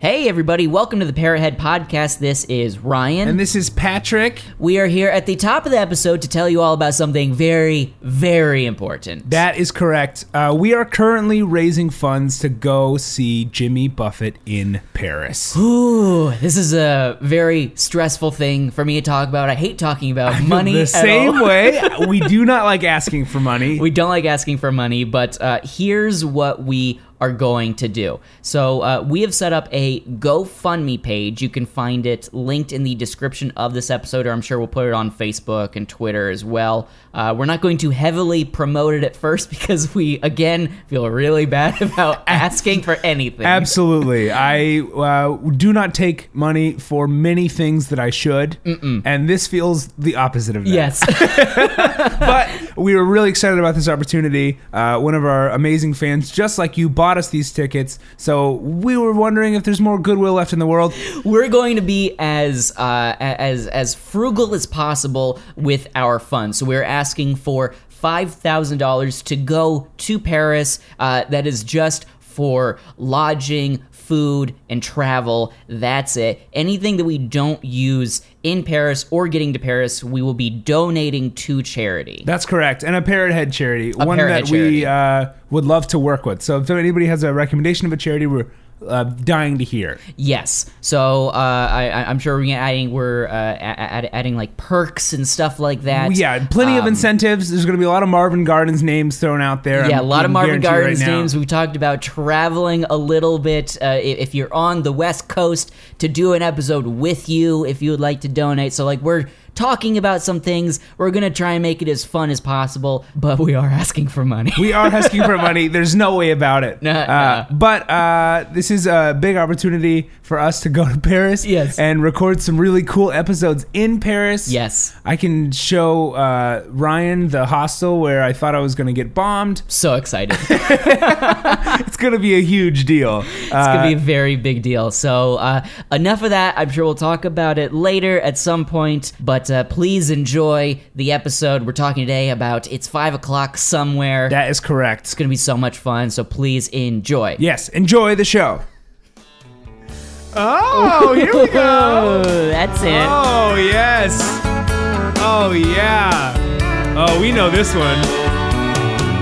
Hey, everybody, welcome to the Parrothead Podcast. This is Ryan. And this is Patrick. we are here at the top of the episode to tell you all about something very, very important. That is correct. Uh, we are currently raising funds to go see Jimmy Buffett in Paris. Ooh, this is a very stressful thing for me to talk about. I hate talking about money. the at same all. way, we do not like asking for money. We don't like asking for money, but uh, here's what we are going to do. So, uh, we have set up a GoFundMe page. You can find it linked in the description of this episode, or I'm sure we'll put it on Facebook and Twitter as well. Uh, we're not going to heavily promote it at first because we, again, feel really bad about asking for anything. Absolutely. I uh, do not take money for many things that I should. And this feels the opposite of that. Yes. but we were really excited about this opportunity. Uh, one of our amazing fans, just like you, bought us these tickets. So we were wondering if there's more goodwill left in the world. we're going to be as uh, as as frugal as possible with our funds. So we're asking for five thousand dollars to go to Paris. Uh, that is just for lodging, food, and travel. That's it. Anything that we don't use in Paris or getting to Paris, we will be donating to charity. That's correct. And a parrot head charity. one parrot that head we uh, would love to work with. So if anybody has a recommendation of a charity, we're uh, dying to hear. Yes. So uh, I, I- I'm sure we're adding we're uh, a- a- adding like perks and stuff like that. Yeah, plenty um, of incentives. There's going to be a lot of Marvin Gardens names thrown out there. Yeah, I'm- a lot of I'm Marvin guarantee right Gardens now. names. We talked about traveling a little bit. Uh, i- if you're on the West Coast, to do an episode with you, if you would like to donate. So, like, we're talking about some things. We're gonna try and make it as fun as possible, but we are asking for money. we are asking for money. There's no way about it. No, uh, But uh, this is a big opportunity for us to go to Paris Yes. and record some really cool episodes in Paris. Yes. I can show uh, Ryan the hostel where I thought I was going to get bombed. so excited. It's going to be a huge deal. It's Uh, gonna be a very big deal. So uh, enough of that. I'm sure we'll talk about it later at some point. But uh, please enjoy the episode. We're talking today about it's five o'clock somewhere. that is correct. It's gonna be so much fun, so please enjoy. Yes, enjoy the show. Oh, here we go. Ooh, that's it. Oh, yes. Oh, yeah. Oh, we know this one.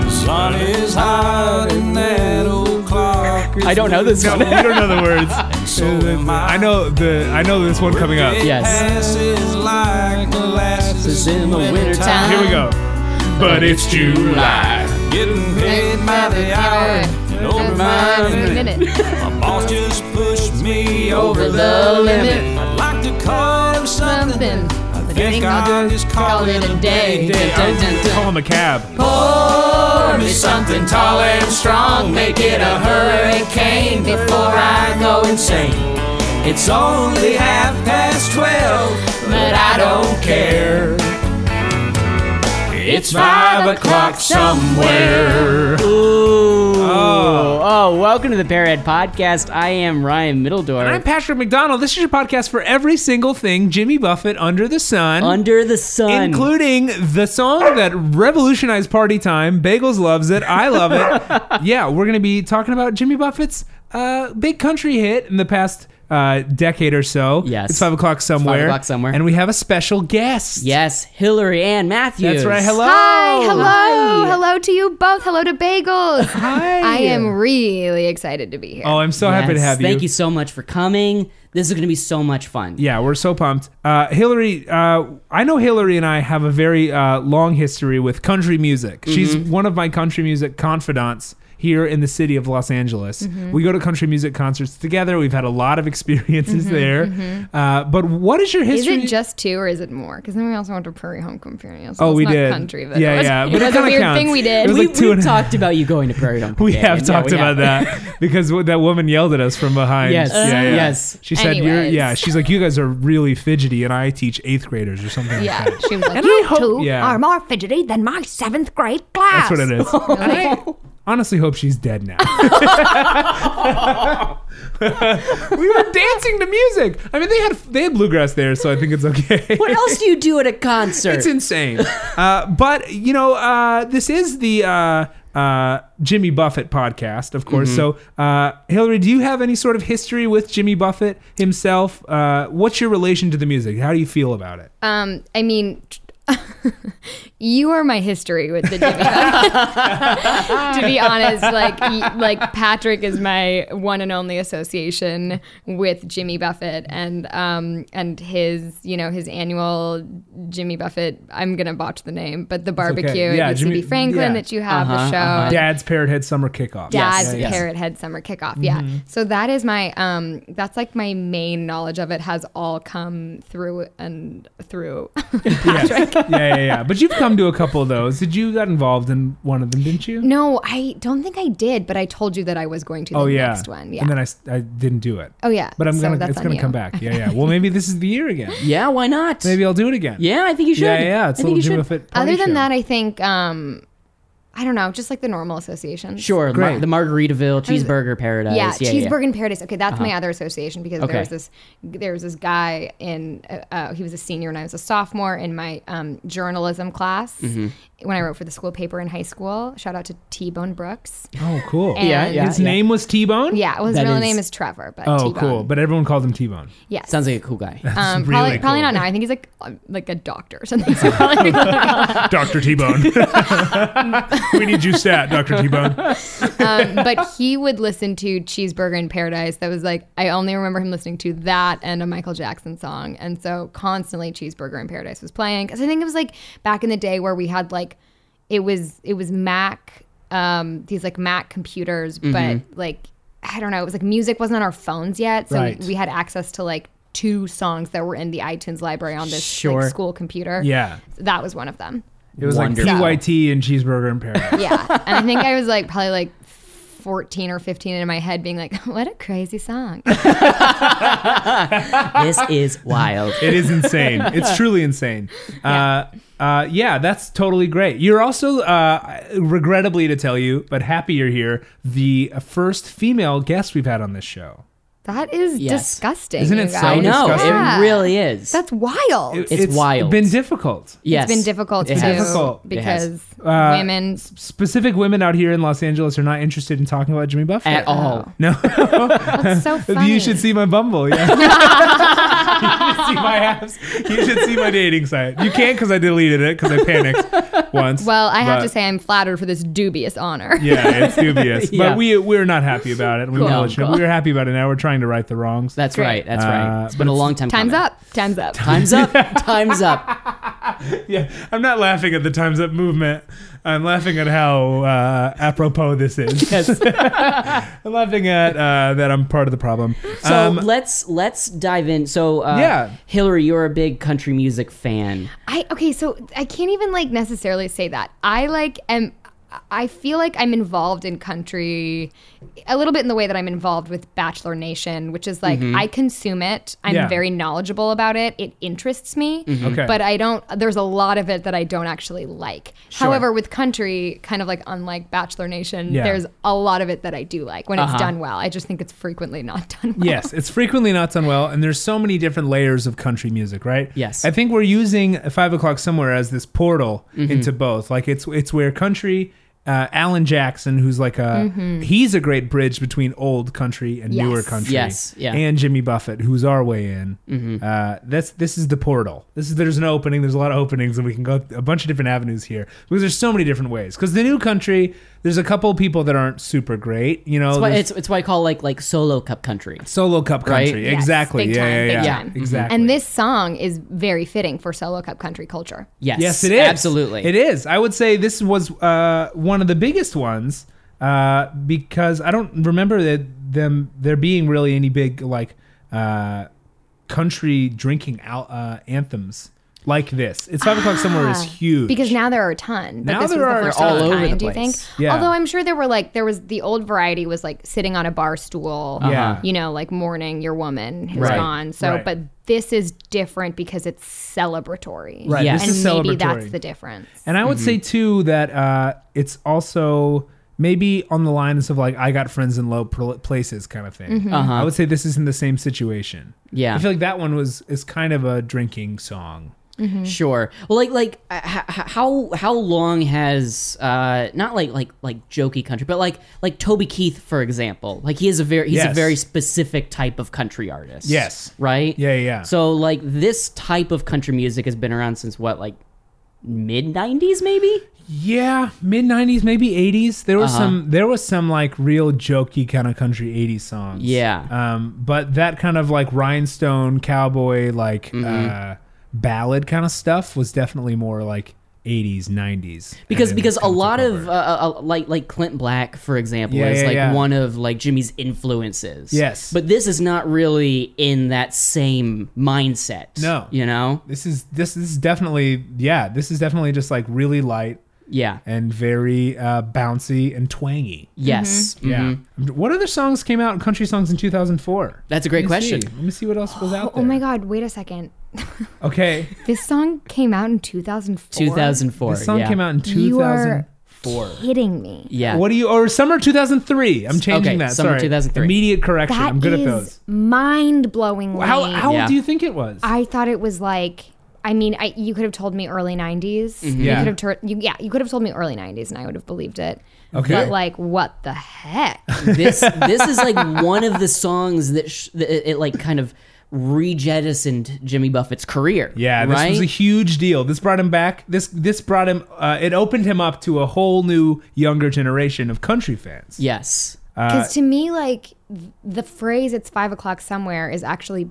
Sun is hot and that old clock is I don't know this No, one. we don't know the words. so am I know the I know this one coming up. It Yes. passes like molasses in the wintertime. Here we go. But it's July. Getting paid by the hour. No reminder. My boss just pushed me over the limit. I'd like to call him something. I think I'll just call it a day. Call him a cab. Pour me something tall and strong. Make it a hurricane before I go insane. It's only half past twelve, but I don't care. It's five o'clock somewhere. Ooh. Oh. welcome to the Parrot Podcast. I am Ryan Middledore. I'm Patrick McDonald. This is your podcast for every single thing Jimmy Buffett under the sun. Under the sun. Including the song that revolutionized party time. Bagels loves it. I love it. yeah, we're going to be talking about Jimmy Buffett's uh, big country hit in the past uh, decade or so. Yes. It's five o'clock somewhere. o'clock somewhere. And we have a special guest. yes, Hillary Ann Matthews. That's right. Hello. Hi, hello. Hi. Hello to you both. Hello to Bagels. Hi. I am really excited to be here. Oh, I'm so Yes, happy to have you. Thank you so much for coming. This is going to be so much fun. Yeah, we're so pumped. Uh, Hillary, uh, I know Hillary and I have a very uh, long history with country music. Mm-hmm. She's one of my country music confidants here in the city of Los Angeles. Mm-hmm. We go to country music concerts together. We've had a lot of experiences there. Uh, but what is your Mm-hmm, is history? it just two or is it more? Because then we also went to Prairie Home Conference. Oh, we not did. Country, but Yeah, it was, yeah, but It it was a kinda weird counts. thing we It was did. We, like two we and a- talked about you going to Prairie Dome. we Companion. have Yeah, talked we about have. that because what- that woman yelled at us from behind. Yes. Yeah, yeah. Yes. She said, You're, Anyways. "Yeah." She's like, "You guys are really fidgety," and I teach eighth graders or something. like Yeah, that. she was like, I "You hope- two yeah. are more fidgety than my seventh grade class." That's what it is. And I honestly hope she's dead now. we were dancing to music. I mean, they had they had bluegrass there, so I think it's okay. What else do you do at a concert? It's insane. Uh, but you know, uh, this is the uh, uh, Jimmy Buffett podcast, of course. Mm-hmm. So, uh, Hillary, do you have any sort of history with Jimmy Buffett himself? Uh, what's your relation to the music? How do you feel about it? Um, I mean, you are my history with the Jimmy. Buffett. to be honest, like y- like Patrick is my one and only association with Jimmy Buffett and um and his you know his annual Jimmy Buffett. I'm gonna botch the name, but the barbecue Yeah, at Jimmy- UCB Franklin yeah. that you have the Uh-huh, show. uh-huh. Dad's Parrot Head Summer Kickoff. Yes, Dad's yes. Parrot Head Summer Kickoff. Yeah. Mm-hmm. So that is my um that's like my main knowledge of it has all come through and through. Yes. yeah, yeah, yeah. But you've come to a couple of those. Did you got involved in one of them? Didn't you? no, I don't think I did, but I told you that I was going to the oh yeah. next one. Yeah. And then I, s- I didn't do it. oh yeah. But I'm So gonna that's it's on gonna you. come back. Yeah, yeah. Well, maybe this is the year again. Yeah, why not? Maybe I'll do it again. Yeah, I think you should. Yeah, yeah. It's I a think little you Jimmy should. Buffett. party Other than show. that, I think um I don't know, just like the normal associations. Sure, Mar- Great. the Margaritaville Cheeseburger Paradise. Yeah, Yeah, Uh-huh. cheeseburger in paradise. Okay, that's my other association because Okay. there was this there was this guy in uh, uh, he was a senior and I was a sophomore in my um, journalism class Mm-hmm. when I wrote for the school paper in high school. Shout out to T Bone Brooks. Oh, cool. Yeah, yeah, His yeah. name was T Bone. Yeah, well, his That real is- name is Trevor, but Oh, T-Bone. cool. But everyone calls him T Bone. yes. Sounds like a cool guy. um, really probably, probably cool. not now. I think he's like um, like a doctor or something. So probably Doctor T Bone. we need you stat, Doctor T Bone. um, but he would listen to Cheeseburger in Paradise. That was like I only remember him listening to that and a Michael Jackson song, and so constantly Cheeseburger in Paradise was playing. Because I think it was like back in the day where we had like it was it was Mac um, these like Mac computers, Mm-hmm. but like I don't know, it was like music wasn't on our phones yet, so Right. we had access to like two songs that were in the iTunes library on this like, Sure. school computer. Yeah. that was one of them. It was Wonderful. like PYT and cheeseburger in Paradise. Yeah. And I think I was like probably like 14 or 15 in my head being like, what a crazy song. this is wild. It is insane. It's truly insane. Yeah. Uh, uh, yeah, that's totally great. You're also, uh, regrettably to tell you, but happy you're here, the first female guest we've had on this show. That is Yes. disgusting. Isn't you it so I guys. know disgusting. Yeah. it really is. That's wild. It- It's It's wild. been difficult. yes, been difficult It to has. do Difficult. It has. because Uh, women. Specific women out here in Los Angeles are not interested in talking about Jimmy Buffett at all. No. That's so funny. You should see my Bumble. Yeah. you should see my apps. You should see my dating site. You can't because I deleted it because I panicked once. Well, I have but- to say, I'm flattered for this dubious honor. Yeah, it's dubious, Yeah. but we we're not happy about it. We Cool. really should. Cool. We were happy about it. Now we're trying to right the wrongs. That's Great. right. That's right. Uh, It's been a long time. Time's coming. up. Time's up. Time's up. Time's up. yeah, I'm not laughing at the Times Up movement. I'm laughing at how uh, apropos this is. Yes. I'm laughing at uh, that I'm part of the problem. So Um, let's let's dive in. So uh, Yeah. Hillary, you're a big country music fan. I okay, so I can't even like necessarily say that. I like am I feel like I'm involved in country a little bit in the way that I'm involved with Bachelor Nation, which is like I consume it. I'm Mm-hmm. Yeah. Mm-hmm. very knowledgeable about it. It interests me. Okay. But I don't there's a lot of it that I don't actually like. However, with country, kind of like unlike Bachelor Nation, Yeah. there's a lot of it that I do like when Uh-huh. it's done well. I just think it's frequently not done well. Yes, it's frequently not done well, and there's so many different layers of country music, right? Yes. I think we're using Five O'Clock Somewhere as this portal Mm-hmm. into both. Like it's it's where country. Uh, Alan Jackson, who's like a he's a great bridge between old country and newer Yes. country. Mm-hmm. Yes, yeah. Mm-hmm. And Jimmy Buffett, who's our way in. Uh, that's this is the portal. This is there's an opening. There's a lot of openings, and we can go a bunch of different avenues here because there's so many different ways. Because the new country, there's a couple people that aren't super great. You know, It's why, there's- it's, it's why I call like like solo cup country. Solo Cup Right? Mm-hmm. Country. Yes, Exactly. big yeah, time, yeah, big yeah. time. Exactly. And this song is very fitting for solo cup country culture. Yes, Yes, it is. Absolutely. It is. I would say this was uh, one of the biggest ones uh, because I don't remember that them there being really any big like uh, country drinking al- uh, anthems like this. It's five o'clock somewhere is Ah, huge Because now there are a ton. But Now this there was are- the first they're of all over the kind, do you place. think? Yeah. Although I'm sure there were like there was the old variety was like sitting on a bar stool. Yeah. You know, like mourning your woman who's Right. gone. So Right. but this is different because it's celebratory. Right, Yes. And this is maybe celebratory. that's the difference. And I would say Mm-hmm. too that uh, it's also maybe on the lines of like I got friends in low pl- places kind of thing. Uh-huh. I would say this is in the same situation. Yeah. I feel like that one was is kind of a drinking song. Mm. Sure. Well, like like uh, h- h- how how long has uh not like like like jokey country, but like like Toby Keith for example. Like he is a very he's a Yes. very specific type of country artist. Yes. Right. Yeah, yeah, yeah. So like this type of country music has been around since what like mid '90s maybe. Yeah, mid '90s, maybe '80s. There was Uh-huh. some, there was some like real jokey kind of country '80s songs. Yeah. Um, but that kind of like rhinestone cowboy like Mm-hmm. uh, ballad kind of stuff was definitely more like '80s, '90s. because and because it's a come to lot of cover. uh, uh, uh, like like Clint Black for example Yeah, is yeah, like yeah. one of like Jimmy's influences. Yes. but this is not really in that same mindset. No. you know, this is this this is definitely yeah this is definitely just like really light yeah, and very uh, bouncy and twangy. yes, Mhm. Yeah. What other songs came out country songs in 2004? That's a great Let me question. see. Let me see what else was Oh, out oh there. my God! Wait a second. Okay. This song came out in 2004. 2004. This song yeah. came out in You are 2004. Hitting me. Yeah, What do you or summer 2003? I'm changing Okay, that. summer Sorry. 2003. Immediate correction. That I'm good at is those. mind blowing. How how Yeah. old do you think it was? I thought it was like. I mean, I, you could have told me early '90s. Mm-hmm. Yeah. You could have tur- you, yeah, you could have told me early '90s, and I would have believed it. Okay. Uh, But like, what the heck? this this is like one of the songs that, sh- that it, it like kind of rejettisoned Jimmy Buffett's career. yeah, this right. was a huge deal. This brought him back. This this brought him. Uh, it opened him up to a whole new younger generation of country fans. yes. Because to me, like th- the phrase "it's five o'clock somewhere" is actually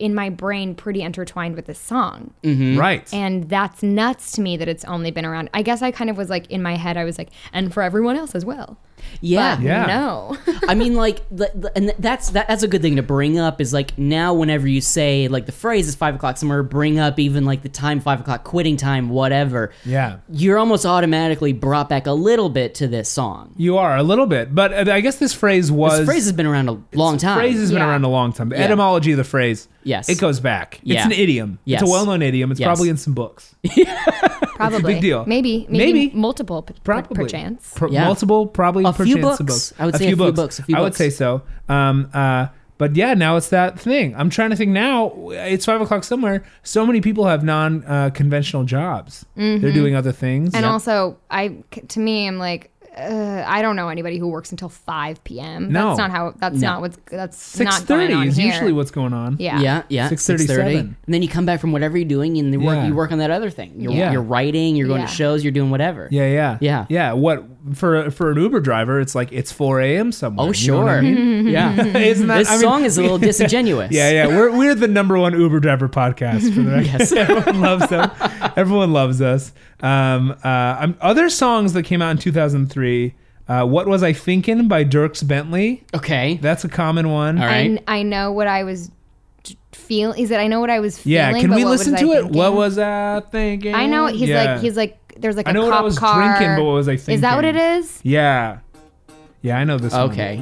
in my brain pretty intertwined with this song, Mm. Right. and that's nuts to me that it's only been around. I guess I kind of was like in my head, I was like, and for everyone else as well. Yeah. But Yeah. No. I mean, like, the, the, and that's that, that's a good thing to bring up. Is like now, whenever you say like the phrase is five o'clock somewhere, bring up even like the time five o'clock, quitting time, whatever. yeah. You're almost automatically brought back a little bit to this song. You are a little bit, but uh, I guess this phrase was This phrase has been around a long time. phrase has been Yeah. around a long time. The etymology of the phrase. Yes. It goes back. Yeah. It's an idiom. Yes. It's a well-known idiom. It's Yes. probably in some books. Probably. deal. Maybe. Maybe. Maybe. multiple. p- p- probably Perchance. Per- Yeah. multiple probably A few perchance, some books. I would say a few books, a few i would books. say so um uh but yeah now it's that thing i'm trying to think now it's five o'clock somewhere so many people have non-conventional jobs Mm-hmm. they're doing other things And also, I c- to me, I'm like. Uh, I don't know anybody who works until 5 p.m. No. That's not how. That's not what's. That's not going 6.30 on is here. usually what's going on Yeah. Yeah, yeah. 6:37. 6:30. And then you come back from whatever you're doing and you work, Yeah. you work on that other thing. You're, Yeah. you're writing, you're going Yeah. to shows, you're doing whatever. yeah yeah Yeah. yeah what for for an uber driver it's like it's 4 a.m somewhere Oh, you know sure. what I mean? yeah. Isn't that, This I mean- song is a little disingenuous. Yeah, yeah, we're we're the number one Uber driver podcast for the record. everyone loves them. Everyone loves us. Um, uh, um, other songs that came out in 2003. Uh, what was I thinking by Dirks Bentley? Okay. That's a common one. All I right. kn- I, know what I was t- feel. Is that I know what I was feeling? Yeah, can but we what listen was to I it? What thinking? was I thinking? I know he's Yeah. like he's like there's like I a know cop what I was car. drinking, but what was I Is that what it thinking? is? Yeah, yeah, I know this. one. Okay.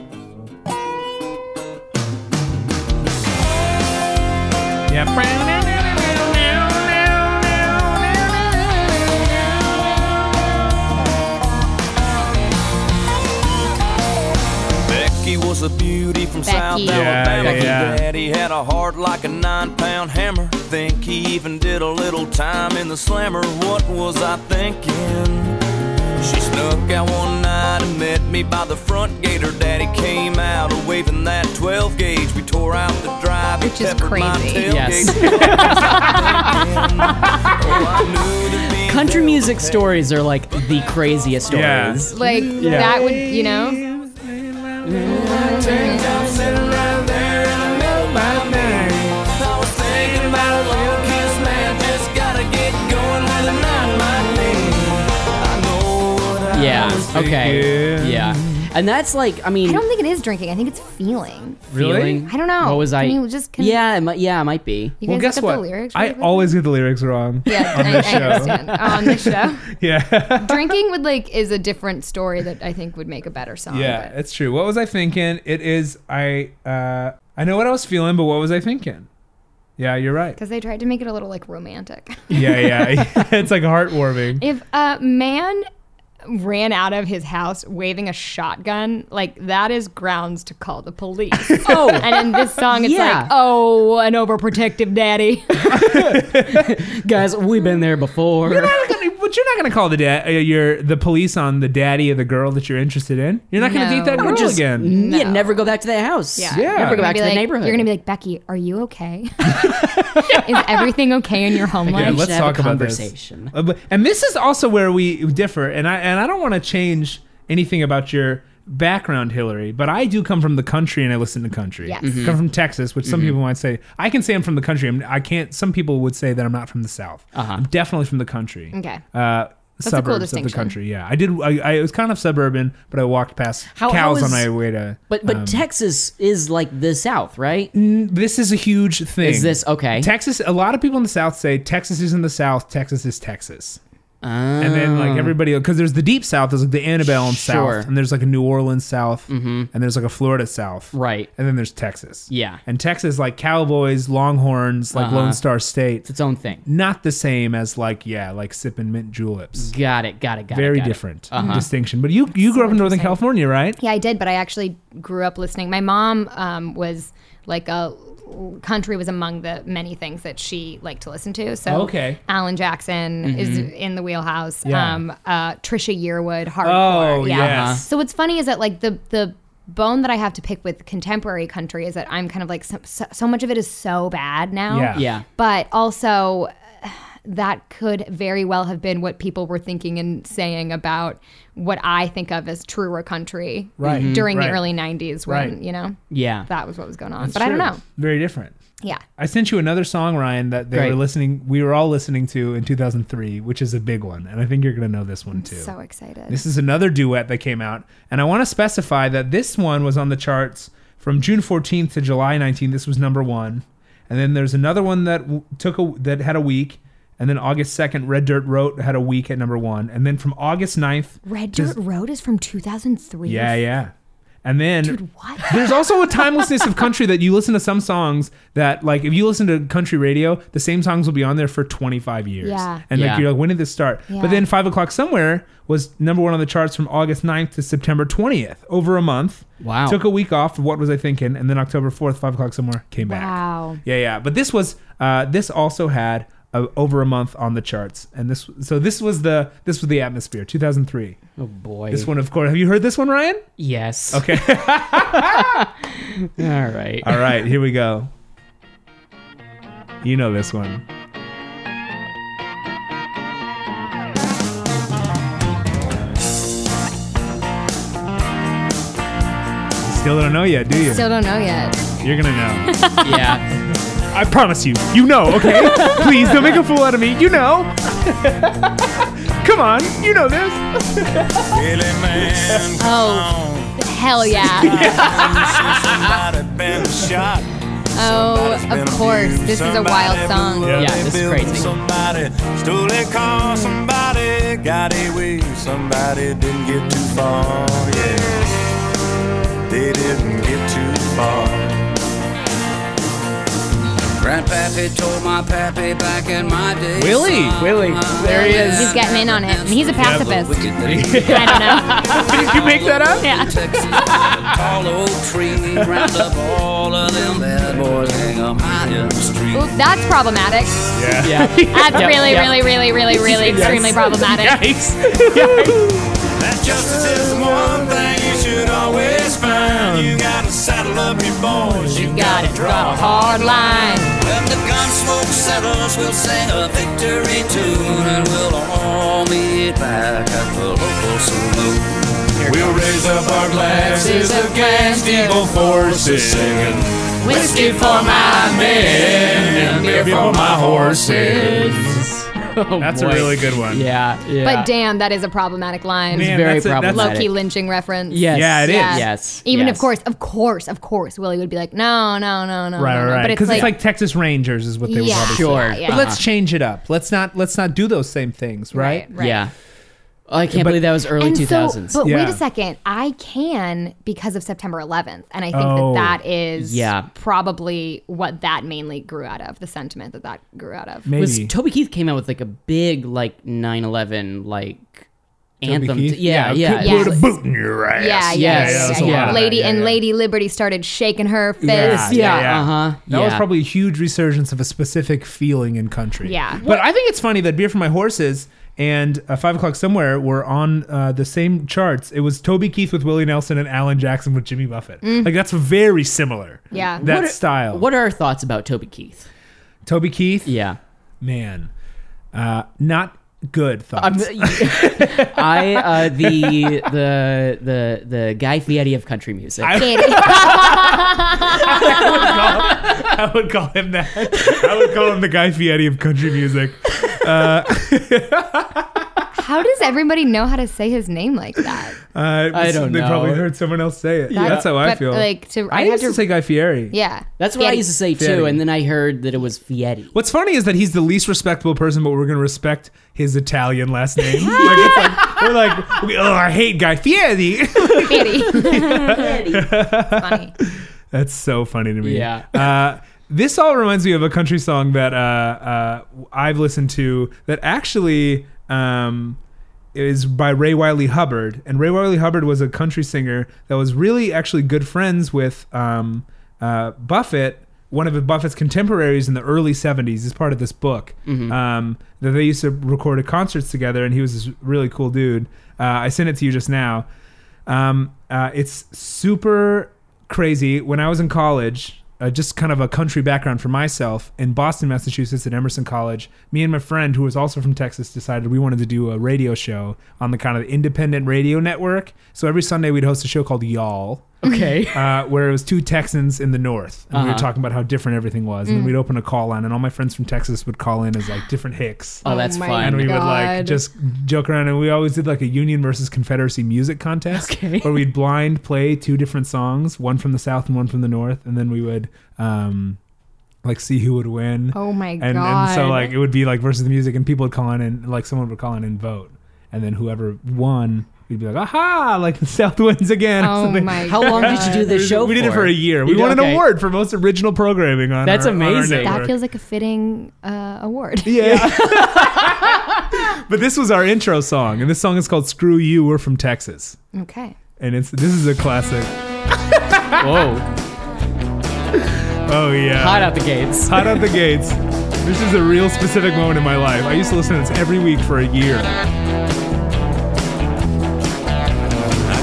Becky was a beauty from South Becky. Yeah, Alabama. yeah, yeah. Daddy had a heart like a nine pound hammer. Think he even did a little time in the slammer. What was I thinking? She snuck out one night and met me by the front gate. Her daddy came out a waving that 12 gauge. We tore out the drive. Which is peppered my crazy. Yes. tailgate. I knew there'd be Country music stories are like the craziest Yeah. stories. Like that would you know? I was thinking about a long kiss, man. Just gotta get going with a nine my name. I know what I Yeah. was Okay. thinking. Yeah. And that's like, I mean, I don't think it is drinking. I think it's feeling. Really? feeling. I don't know. What was I? Can you just- can- yeah. It might, yeah. It might be. You Well, guys guess look what? up the lyrics. I really quick? always get the lyrics wrong. yeah, I, I understand. Oh, on this show, yeah. drinking would like is a different story that I think would make a better song. Yeah, but- it's true. What was I thinking? It is I uh I know what I was feeling, but what was I thinking? Yeah, you're right. Because they tried to make it a little like romantic. Yeah, yeah. it's like heartwarming. If a man ran out of his house waving a shotgun, like that is grounds to call the police. Oh. and in this song, it's Yeah. like, oh, an overprotective daddy. Guys, we've been there before. You're not gonna, but you're not going to call the da- uh, your the police on the daddy of the girl that you're interested in. You're not going to No. date that I girl would just again. n- yeah, never go back to that house. Yeah. Never go You're back to gonna be the like- neighborhood. You're gonna be like, Becky, are you okay? is everything okay in your home Yeah, life? let's let's have a talk about this. conversation. Uh, but- And this is also where we differ. And I and I don't want to change anything about your background, Hillary. But I do come from the country, and I listen to country. Mm-hmm. Yes. Come from Texas, which Mm-hmm. some people might say I can say I'm from the country. I'm, I can't. Some people would say that I'm not from the South. Uh-huh. I'm definitely from the country. Okay. Uh, a cool suburbs of the distinction. country. Yeah, I did. I, I was kind of suburban, but I walked past How- how cows is- on my way to. but but um, Texas is like the South, right? this is a huge thing. Is this okay? Texas? A lot of people in the South say Texas isn't the South. Texas is Texas. And then like everybody, because there's the Deep South, there's like the Antebellum Oh. Sure. Mm-hmm. South, and there's like a New Orleans South, and there's like a Florida South, Right. And then there's Texas, Yeah. And Texas, like Cowboys, Longhorns, like Uh-huh. Lone Star State, It's its own thing. not the same as like yeah, like sipping mint juleps. Got it. Got it. Got it. got Very it. Uh-huh. different distinction. But you you grew up in Northern interesting. California, right? Yeah, I did, but I actually grew up listening. My mom um, was like a country was among the many things that she liked to listen to. So Okay. Mm-hmm. Alan Jackson is in the wheelhouse. Yeah. Um, uh, Trisha Yearwood, hardcore. Oh, yeah. yes. So what's funny is that like the the bone that I have to pick with contemporary country is that I'm kind of like so, so, so much of it is so bad now. Yeah. Yeah. But also that could very well have been what people were thinking and saying about what I think of as truer country Right. Mhm. during Right. the early 90s when, Right. you know, Yeah. that was what was going on. but I don't Sure. know. Very different. Yeah. I sent you another song, Ryan, that they Great. were listening. We were all listening to in 2003, which is a big one, and I think you're going to know this one too. So excited. This is another duet that came out, and I want to specify that this one was on the charts from June 14th to July 19th. This was number one, and then there's another one that w- took a, that had a week, and then August 2nd, Red Dirt Road had a week at number one, and then from August 9th, Red Does- Dirt Road is from 2003. yeah, yeah, and then Dude, what? there's also a timelessness of country that you listen to some songs that like if you listen to country radio, the same songs will be on there for 25 years. Yeah. And Yeah. like you're like, when did this start? Yeah. But then Five O'clock Somewhere was number one on the charts from August 9th to September 20th, over a month. Wow. Took a week off. What was I thinking? And then October 4th, Five O'clock Somewhere came back. Wow. Yeah, yeah. But this was uh, this also had. Uh, over a month on the charts, and this so this was the this was the atmosphere 2003. Oh boy. This one, of course, have you heard this one, Ryan? Yes. Okay, All right. All right, here we go. You know this one. You Still don't know yet, do you? Still don't know yet. You're gonna know. Yeah. I promise you. You know, okay? Please don't make a fool out of me. You know. Come on, you know this. Billy man, come Oh. on. Hell yeah. Somebody been shot. oh, Somebody's been of course. abused. This is a Somebody wild song. blew Yeah. up Yeah, their this is building. crazy. Somebody stole their car. Somebody got away. Somebody didn't get too far. Yeah, they didn't get too far. Grandpappy told my pappy back in my day. Willie. son, Willie. There he is. He's getting in on it. And he's a Yeah, but pacifist. wicked things I don't know. Did you make that up? Yeah. Texas, tall old tree, round up all of them bad boys, hang 'em high in the street. Oop, that's problematic. Yeah. That's Yep, really, yep. really, really, really, really extremely problematic. Yikes. Yikes. That justice is the one thing you should always find. You gotta saddle up your boys. You Got it. Draw a hard line. When the gun smoke settles, we'll sing a victory tune and we'll all meet back at the local saloon. We'll raise up our glasses against evil forces, singing Whiskey for my men, beer for my horses. Oh, That's a boy. really good one. Yeah. Yeah. But damn, that is a problematic line. Man, very that's a- that's- Low key problematic. lynching reference. Yes. Yeah, it is. Yeah. Yes. Even yes. of course, of course, of course, Willie would be like, no, no, no, no, right, no, right, no. right. But it's Because like, it's like Texas Rangers is what they would Yeah. probably Sure. Yeah, yeah. But But let's change it up. Let's not let's not do those same things, right? Right, right. Yeah. Oh, I can't But- believe that was early and two thousands. So, but wait Yeah. a second, I can because of September 11th, and I think Oh. that that is Yeah. probably what that mainly grew out of the sentiment that that grew out of. Maybe. was Toby Keith came out with like a big like 9/11 like anthem. Keith? to- yeah, yeah, could yeah. Put a boot in your ass. Yeah, yeah, Yes, yeah, yes, yeah, yeah. yeah. Lady Yeah, and yeah. Lady Liberty started shaking her fist. Yeah, Yeah, yeah. uh-huh. That was yeah. probably a huge resurgence of a specific feeling in country. Yeah. But I think it's funny that Beer for My Horses and uh, Five O'Clock Somewhere were on uh, the same charts. It was Toby Keith with Willie Nelson and Alan Jackson with Jimmy Buffett. Like, that's very similar. Mm. Yeah. That What are- style. What are our thoughts about Toby Keith? Toby Keith? Yeah. Man. Uh, not good I'm, thoughts. I uh, the the the the Guy Fieri of country music. I- Katie. I would call him that. I would call him the Guy Fieri of country music. How does everybody know how to say his name like that? Uh, I don't they know. probably heard someone else say it. That's how I but, feel. Like to, I, I, had used to, to, say Guy Fieri. yeah. That's what I used to say too, Fieri. and then I heard that it was Fieri. What's funny is that he's the least respectable person, but we're gonna respect his Italian last name. like it's like we're like, we- oh, I hate Guy Fieri. Katie. Funny. That's so funny to me. Yeah. Uh, this all reminds me of a country song that uh, uh, I've listened to that actually um, is by Ray Wiley Hubbard, and Ray Wiley Hubbard was a country singer that was really actually good friends with um, uh, Buffett. One of Buffett's contemporaries in the early '70s is part of this book um, that they used to record at concerts together, and he was this really cool dude. Uh, I sent it to you just now. Um, uh, it's super crazy. When I was in college, uh, just kind of a country background for myself in Boston, Massachusetts, at Emerson College, me and my friend who was also from Texas decided we wanted to do a radio show on the kind of independent radio network. So every Sunday we'd host a show called Y'all. Okay. Uh, where it was two Texans in the north, and we were Uh-huh. Mm. talking about how different everything was, and then we'd open a call line, and all my friends from Texas would call in as like different hicks Oh, that's Oh my fun. and we would like God. just joke around and we always did like a union versus confederacy music contest Okay. where we'd blind play two different songs one from the south and one from the north and then we would um like see who would win Oh my and, god. and so like it would be like versus the music and people would call in and like someone would call in and vote and then whoever won we'd be like aha like the south wins again or oh something. my How long did you do God. this show? we did it for a year. We You- won an okay. award for most original programming on That's our- on our amazing. network. That feels like a fitting uh, award. Yeah. but this was our intro song, and this song is called "Screw You." We're from Texas, Okay. and it's this is a classic. Whoa. Oh yeah, Hot out the gates. Hot out the gates. This is a real specific moment in my life. I used to listen to this every week for a year. I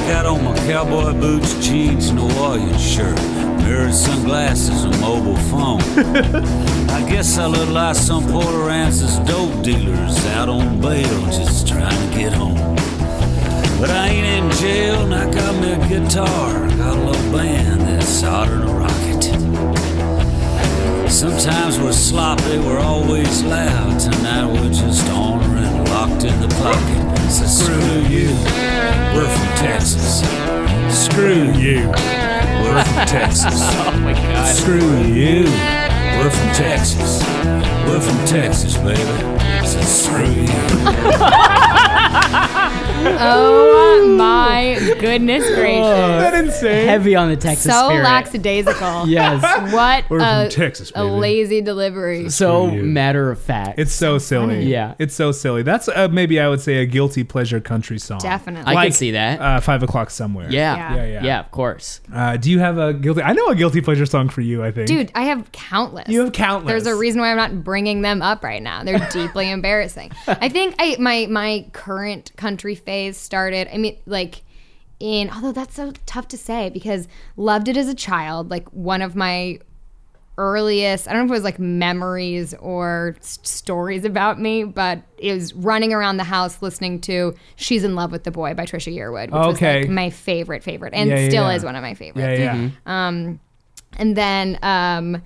got on my cowboy boots, jeans, and a Hawaiian shirt, mirrored sunglasses, a mobile phone. I guess I look like some Porter Rance's dope dealers out on bail, just trying to get home. But I ain't in jail, and I got me a guitar, I got a little band that's hotter than a rocket. Sometimes we're sloppy, we're always loud. Tonight we're just on and locked in the pocket. So screw you. We're from Texas. Screw you. We're from Texas. oh my God. Screw you. We're from Texas. We're from Texas, baby. So screw you. Oh my goodness Oh, gracious. Uh, Isn't that insane? Heavy on the Texas So spirit. lackadaisical. Yes. What We're a, uh, from Texas, a baby. lazy delivery. So you. matter of fact. It's so silly. Yeah. it's so silly. That's uh, maybe I would say a guilty pleasure country song. Definitely. I Like, can see that. Uh, five o'clock somewhere. yeah. yeah, Yeah, yeah. of course. Uh, do you have a guilty? I know a guilty pleasure song for you. I think. Dude, I have countless. you have countless. There's a reason why I'm not bringing them up right now. They're deeply embarrassing. I think I my my current country phase started. I mean, like in although that's so tough to say because loved it as a child. Like one of my earliest, I don't know if it was like memories or s- stories about me, but it was running around the house listening to "She's in Love with the Boy" by Trisha Yearwood, which Okay. was like my favorite favorite, and Yeah, yeah, still yeah. is one of my favorites Yeah, yeah. Mm-hmm. and then um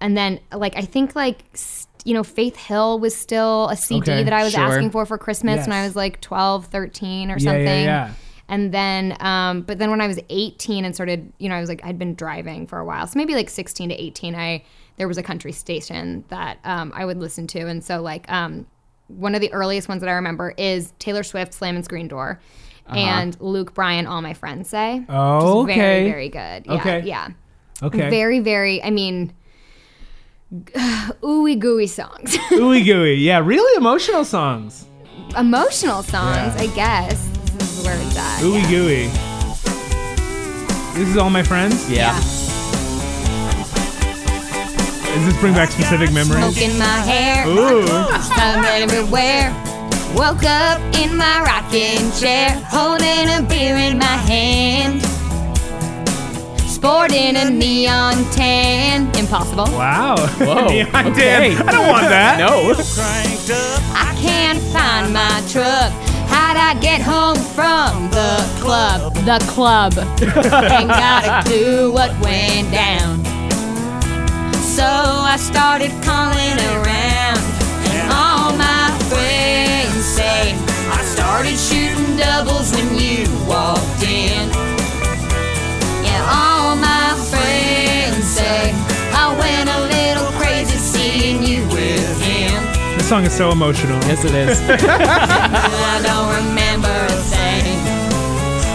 and then like i think like s- you know faith hill was still a cd Okay, that i was sure. asking for for christmas when i Yes. was like 12 13 or yeah, something yeah. and then um but then when i was 18 and started you know i was like i'd been driving for a while so maybe like 16 to 18 i there was a country station that um i would listen to and so like um one of the earliest ones that i remember is taylor swift slam and screen door and luke bryan all my friends say Uh-huh. Oh, which is very okay. very good yeah, Okay. yeah Okay. very, very, I mean, ooey gooey songs. Ooey gooey. Yeah, really emotional songs. Emotional songs, I guess. is where it's at. Ooey yeah. gooey. This is all my friends. Yeah. Does this bring back specific memories? Smoke in my hair, Ooh. sun everywhere. Woke up in my rocking chair, holding a beer in my hand. Sporting a neon tan. Impossible. Wow. Whoa, Neon okay. Dan. I don't want that. No. Cranked up. I can't find my truck. How'd I get home from the club? The club. Ain't got a clue what went down. So I started calling around, and all my friends say I started shooting doubles when you walked in. Yeah, all my friends say I went a little crazy seeing you with him. This song is so emotional. Yes, it is. I don't remember a thing.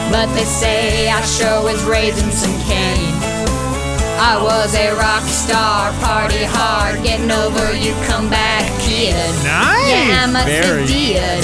But they say I sure was raising some cane. I was a rock star, party hard, getting over you, come back kid. Nice. Yeah, I'm a Very. did.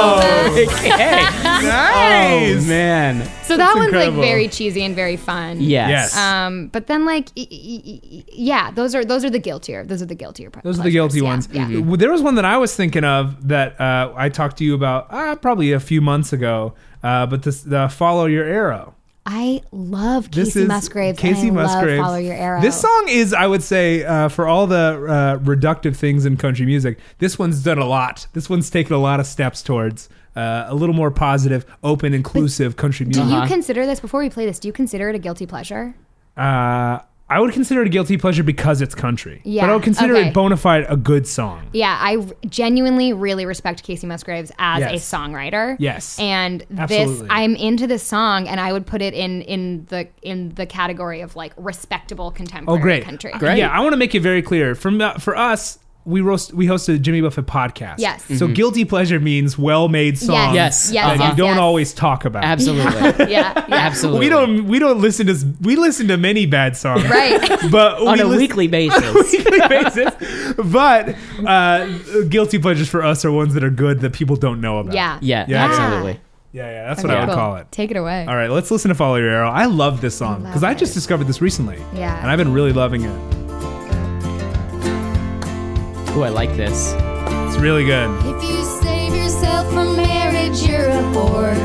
okay. Nice. Oh man. So That's that one's incredible. like very cheesy and very fun. Yes. Yes. Um, but then like, e- e- e- e- yeah, those are those are the guiltier. Those are the guiltier. pre- Those are the pleasures. guilty Yeah, ones. Mm-hmm. Yeah. Well, There was one that I was thinking of that uh, I talked to you about uh, probably a few months ago, uh, but this the follow your arrow. I love This Casey is Musgraves. Casey and I Musgraves. Love Follow Your Arrow. This song is, I would say, uh, for all the uh, reductive things in country music, this one's done a lot. This one's taken a lot of steps towards uh, a little more positive, open, inclusive country Do music. you consider this before we play this? Do you consider it a guilty pleasure? Uh, I would consider it a guilty pleasure because it's country. Yeah, But I would consider okay. it bona fide a good song. Yeah, I r- genuinely really respect Casey Musgraves as Yes. a songwriter. Yes. and Absolutely. this I'm into this song, and I would put it in in the in the category of like respectable contemporary Oh, great. country. Uh, Yeah, I want to make it very clear. From uh, for us, we roast we hosted a Jimmy Buffett podcast. Yes. So guilty pleasure means well-made songs Mm-hmm. Yes. yes, that yes, you don't yes. always talk about. Absolutely. Yeah, yeah. Absolutely. We don't we don't listen to s- we listen to many bad songs. Right. But on we a listen- weekly basis. weekly basis. But uh, guilty pleasures for us are ones that are good that people don't know about. Yeah. Yeah, Yeah. absolutely. Yeah, yeah. That's what Okay, I would cool. call it. Take it away. All right, let's listen to Follow Your Arrow. I love this song love because I just it. discovered this recently. Yeah. And I've been really loving it. Ooh, I like this. It's really good. If you save yourself from marriage, you're a whore.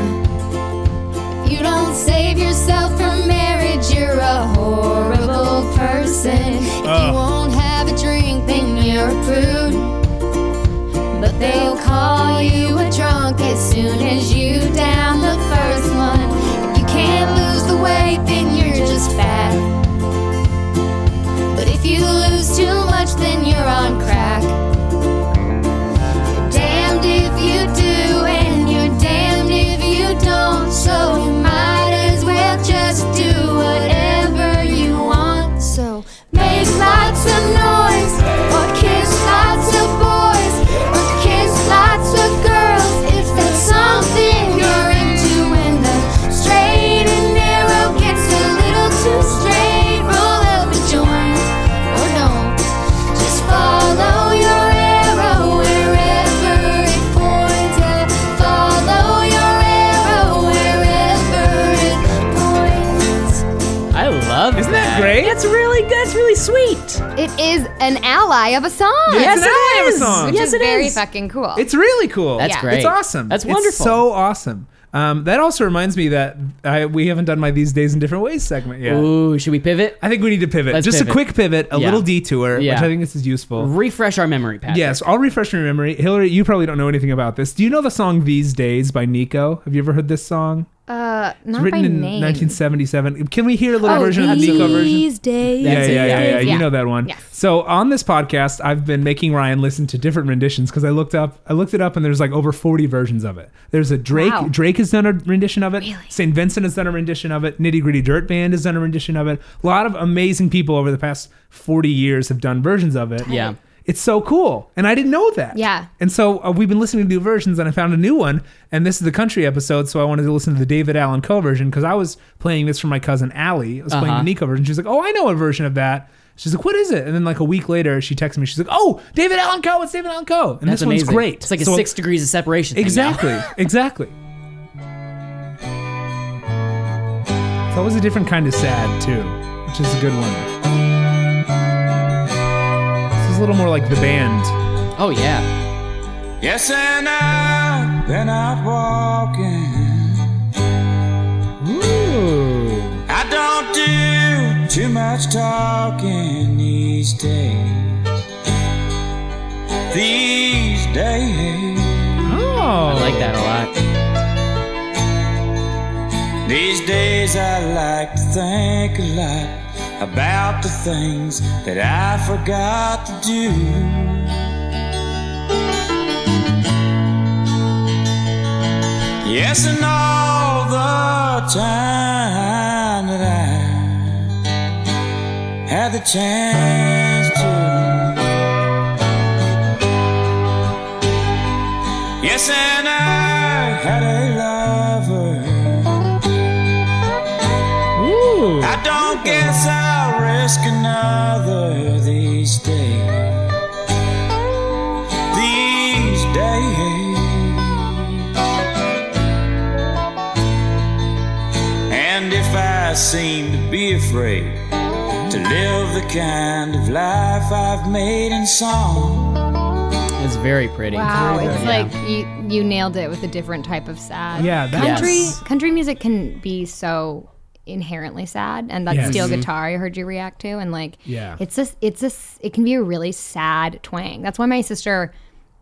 If you don't save yourself from marriage, you're a horrible person. If Ugh. you won't have a drink, then you're a prude. But they'll call you a drunk as soon as you down the first one. If you can't lose the weight, then you're just fat. But if you lose too much, then you're on crack damned if you do and you're damned if you don't so you might as well just do whatever you want so make lots of noise or kiss lots of boys or kiss lots of girls if that's something you're into when the straight and narrow gets a little too straight roll up and join Oh, or don't just follow your arrow wherever it points at. Follow your arrow wherever it points. I love Isn't that great? That's really good. That's really sweet. It is an ally of a song. Yes, an it ally of a is. song. Which Yes, is it very is. fucking cool. It's really cool. That's Yeah. great. It's awesome. That's It's wonderful. so awesome. Um, that also reminds me that I, we haven't done my These Days in Different Ways segment yet. Ooh, should we pivot? I think we need to pivot. Let's Just a pivot. quick pivot, a Yeah. little detour, Yeah. which I think this is useful. Refresh our memory, Patrick. Yes, I'll refresh your memory. Hillary, you probably don't know anything about this. Do you know the song These Days by Nico? Have you ever heard this song? uh, not It's written by in name. 1977. Can we hear a little Oh, version of the Nico version? these days. Yeah, That's uh, yeah, it, yeah, yeah. yeah, You Yeah. know that one. Yes. So on this podcast, I've been making Ryan listen to different renditions because I looked up, I looked it up, and there's like over 40 versions of it. There's a Drake. Wow. Drake has done a rendition of it. Saint Vincent has done a rendition of it. Nitty Gritty Dirt Band has done a rendition of it. A lot of amazing people over the past 40 years have done versions of it. Yeah. It's so cool, and I didn't know that. Yeah. And so uh, we've been listening to new versions, and I found a new one. And this is the country episode, so I wanted to listen to the David Allen Co version because I was playing this for my cousin Allie. I was Uh-huh. playing the Nico version. She's like, "Oh, I know a version of that." She's like, "What is it?" And then like a week later, she texts me. She's like, "Oh, David Allen Co. It's David Allen Co." And That's this amazing. one's great. It's like a So- six degrees of separation. thing now. Exactly. exactly. It's always a different kind of sad too, which is a good one. This is a little more like the band. Oh yeah. Yes, and I've been out walking. Ooh. I don't do too much talking these days. These days, I Oh. like that a lot. these days, I like to think a lot about the things that I forgot to do. Yes, and all the time that I had the chance to. Yes, and I had a lover. Ooh. I don't guess I'll risk another these days. These days. And if I seem to be afraid to live the kind of life I've made in song, It's very pretty. Wow, it's Yeah. like you, you nailed it with a different type of sad. Yeah, that country Yes. country music can be so inherently sad, and that Yes. steel guitar I heard you react to, and like Yeah. it's a it's a it can be a really sad twang. That's why my sister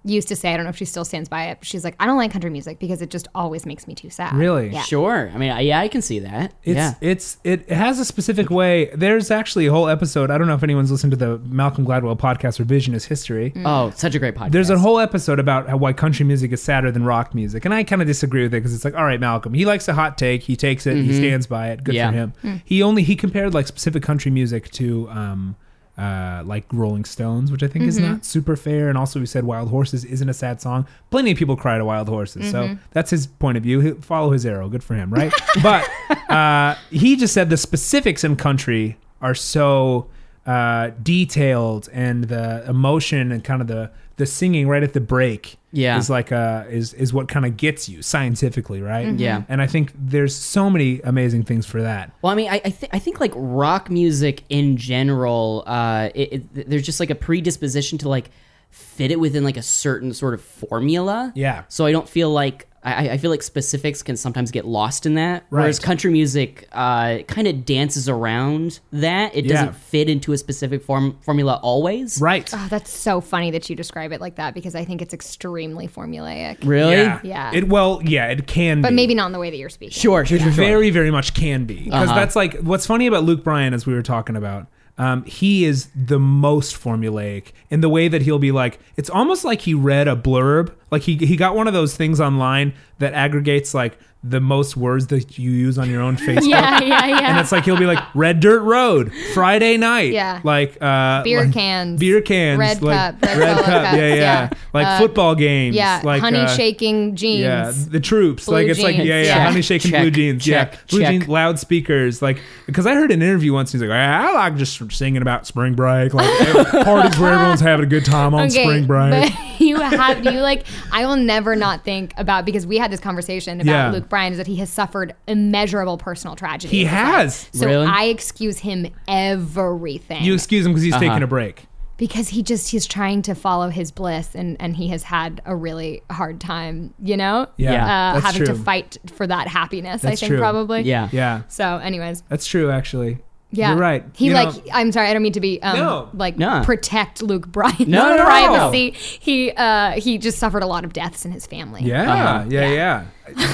used to say I don't know if she still stands by it. But she's like I don't like country music because it just always makes me too sad. Really? Yeah. Sure. I mean, I- yeah, I can see that. It's, yeah. it's it has a specific way. There's actually a whole episode. I don't know if anyone's listened to the Malcolm Gladwell podcast, Revisionist History. oh, such a great podcast. There's a whole episode about how why country music is sadder than rock music, and I kind of disagree with it because it's like, all right, Malcolm, he likes a hot take, he takes it, he stands by it. Good Mm-hmm. Yeah. for him. He only he compared like specific country music to um, uh, like Rolling Stones, which I think is not super fair. And also, he said Wild Horses isn't a sad song. Plenty of people cry to Wild Horses, so that's his point of view. He, follow his arrow. Good for him, right? but uh, he just said the specifics in country are so uh, detailed and the emotion and kind of the the singing right at the break Yeah. is like uh is is what kind of gets you scientifically right Yeah. and i think there's so many amazing things for that Well, I mean, I I, th- I think like rock music in general, uh, it, it, there's just like a predisposition to like fit it within like a certain sort of formula. Yeah. So I don't feel like I, I feel like specifics can sometimes get lost in that. Whereas Right. country music uh, kind of dances around that. It Yeah. doesn't fit into a specific form formula always. right Oh, that's so funny that you describe it like that because I think it's extremely formulaic. Really? yeah Yeah. it well yeah it can But be. maybe not in the way that you're speaking. Sure. Sure. Sure. sure. very very much can be because that's like what's funny about luke bryan as we were talking about um, he is the most formulaic in the way that he'll be like it's almost like he read a blurb like he, he got one of those things online that aggregates like the most words that you use on your own facebook Yeah, yeah, yeah. and it's like he'll be like red dirt road friday night Yeah. like uh Beer like- cans. beer cans Red like, cup, red red color cup cups, yeah yeah, yeah. like Uh, football games yeah, like honey uh, shaking jeans. yeah, the troops. like it's like yeah, jeans. yeah, Check. honey shaking Check. blue jeans. yeah, Check. blue Check. jeans, loudspeakers. Like because I heard an interview once. He's like, I like just singing about spring break, like every- parties where everyone's having a good time on spring break. But you have you like I will never not think about because we had this conversation about Yeah. Luke Bryan is that he has suffered immeasurable personal tragedy. He in his life. has. So Really? I excuse him everything. you excuse him because he's taking a break. because he just he's trying to follow his bliss and and he has had a really hard time, you know? Yeah, Uh, that's having true. to fight for that happiness, I That's think true. probably. Yeah. Yeah, So anyways, that's true. Actually, yeah. you're right. He You know, like I'm sorry, I don't mean to be um No. like No. protect Luke Bryan No, no, no. privacy. He uh he just suffered a lot of deaths in his family. yeah, Uh-huh. yeah, yeah.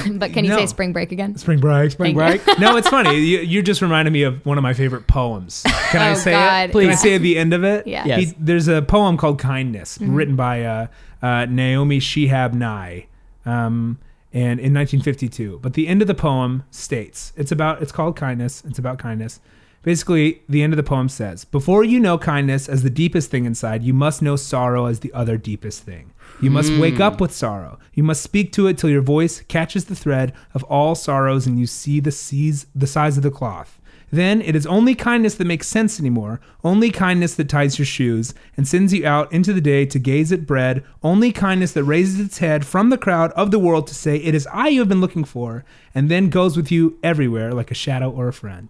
But can you No. say spring break again? Spring break, spring break. no, it's funny. You, you just reminded me of one of my favorite poems. Can I Oh, say God. it? Can I Please. say the end of it? Yeah. Yes. He- there's a poem called Kindness written by uh, uh, Naomi Shihab Nye. Um, and in 1952, but the end of the poem states it's about it's called kindness. It's about kindness. Basically, the end of the poem says, "Before you know kindness as the deepest thing inside, you must know sorrow as the other deepest thing. You must wake up with sorrow. You must speak to it till your voice catches the thread of all sorrows and you see the seas the size of the cloth. Then it is only kindness that makes sense anymore, only kindness that ties your shoes and sends you out into the day to gaze at bread, only kindness that raises its head from the crowd of the world to say, It is I you have been looking for, and then goes with you everywhere like a shadow or a friend.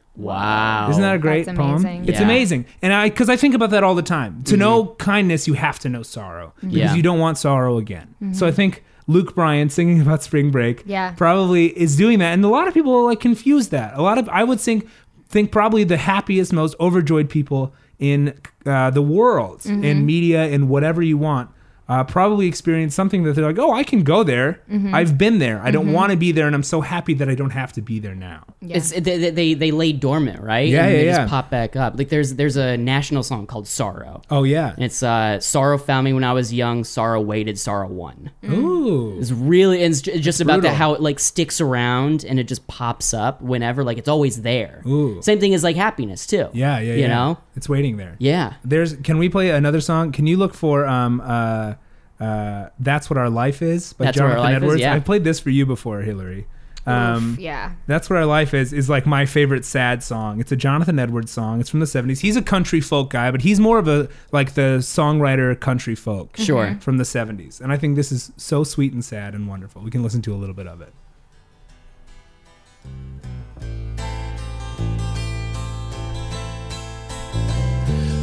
Wow. Isn't that a great That's poem? amazing. It's Yeah. amazing. And I, because I think about that all the time. To know kindness, you have to know sorrow because Mm-hmm. Yeah. you don't want sorrow again. So I think Luke Bryan singing about spring break Yeah. probably is doing that. And a lot of people like confuse that. A lot of, I would think, think probably the happiest, most overjoyed people in uh, the world, in media, in whatever you want. Uh, probably experience something that they're like, oh, I can go there. I've been there. I don't want to be there, and I'm so happy that I don't have to be there now. Yeah. It's, they, they- they they lay dormant, right? Yeah, and yeah, they yeah. Just pop back up. Like there's there's a national song called "Sorrow." Oh yeah. And It's uh, "Sorrow found me when I was young. Sorrow waited. Sorrow won." Mm. Ooh. It's really and it's ju- just about that brutal. how it like sticks around and it just pops up whenever. Like it's always there. Ooh. Same thing as like happiness too. Yeah, yeah, You yeah. know. it's waiting there. Yeah. There's. Can we play another song? Can you look for um uh uh That's what our life is by That's What Our Jonathan Life Is, Edwards? yeah. I played this for you before, Hillary. Um, yeah. That's what our life is is like my favorite sad song. It's a Jonathan Edwards song. It's from the 70s. He's a country folk guy, but he's more of a like the songwriter country folk. Sure. Mhm. From the 70s. And I think this is so sweet and sad and wonderful. We can listen to a little bit of it.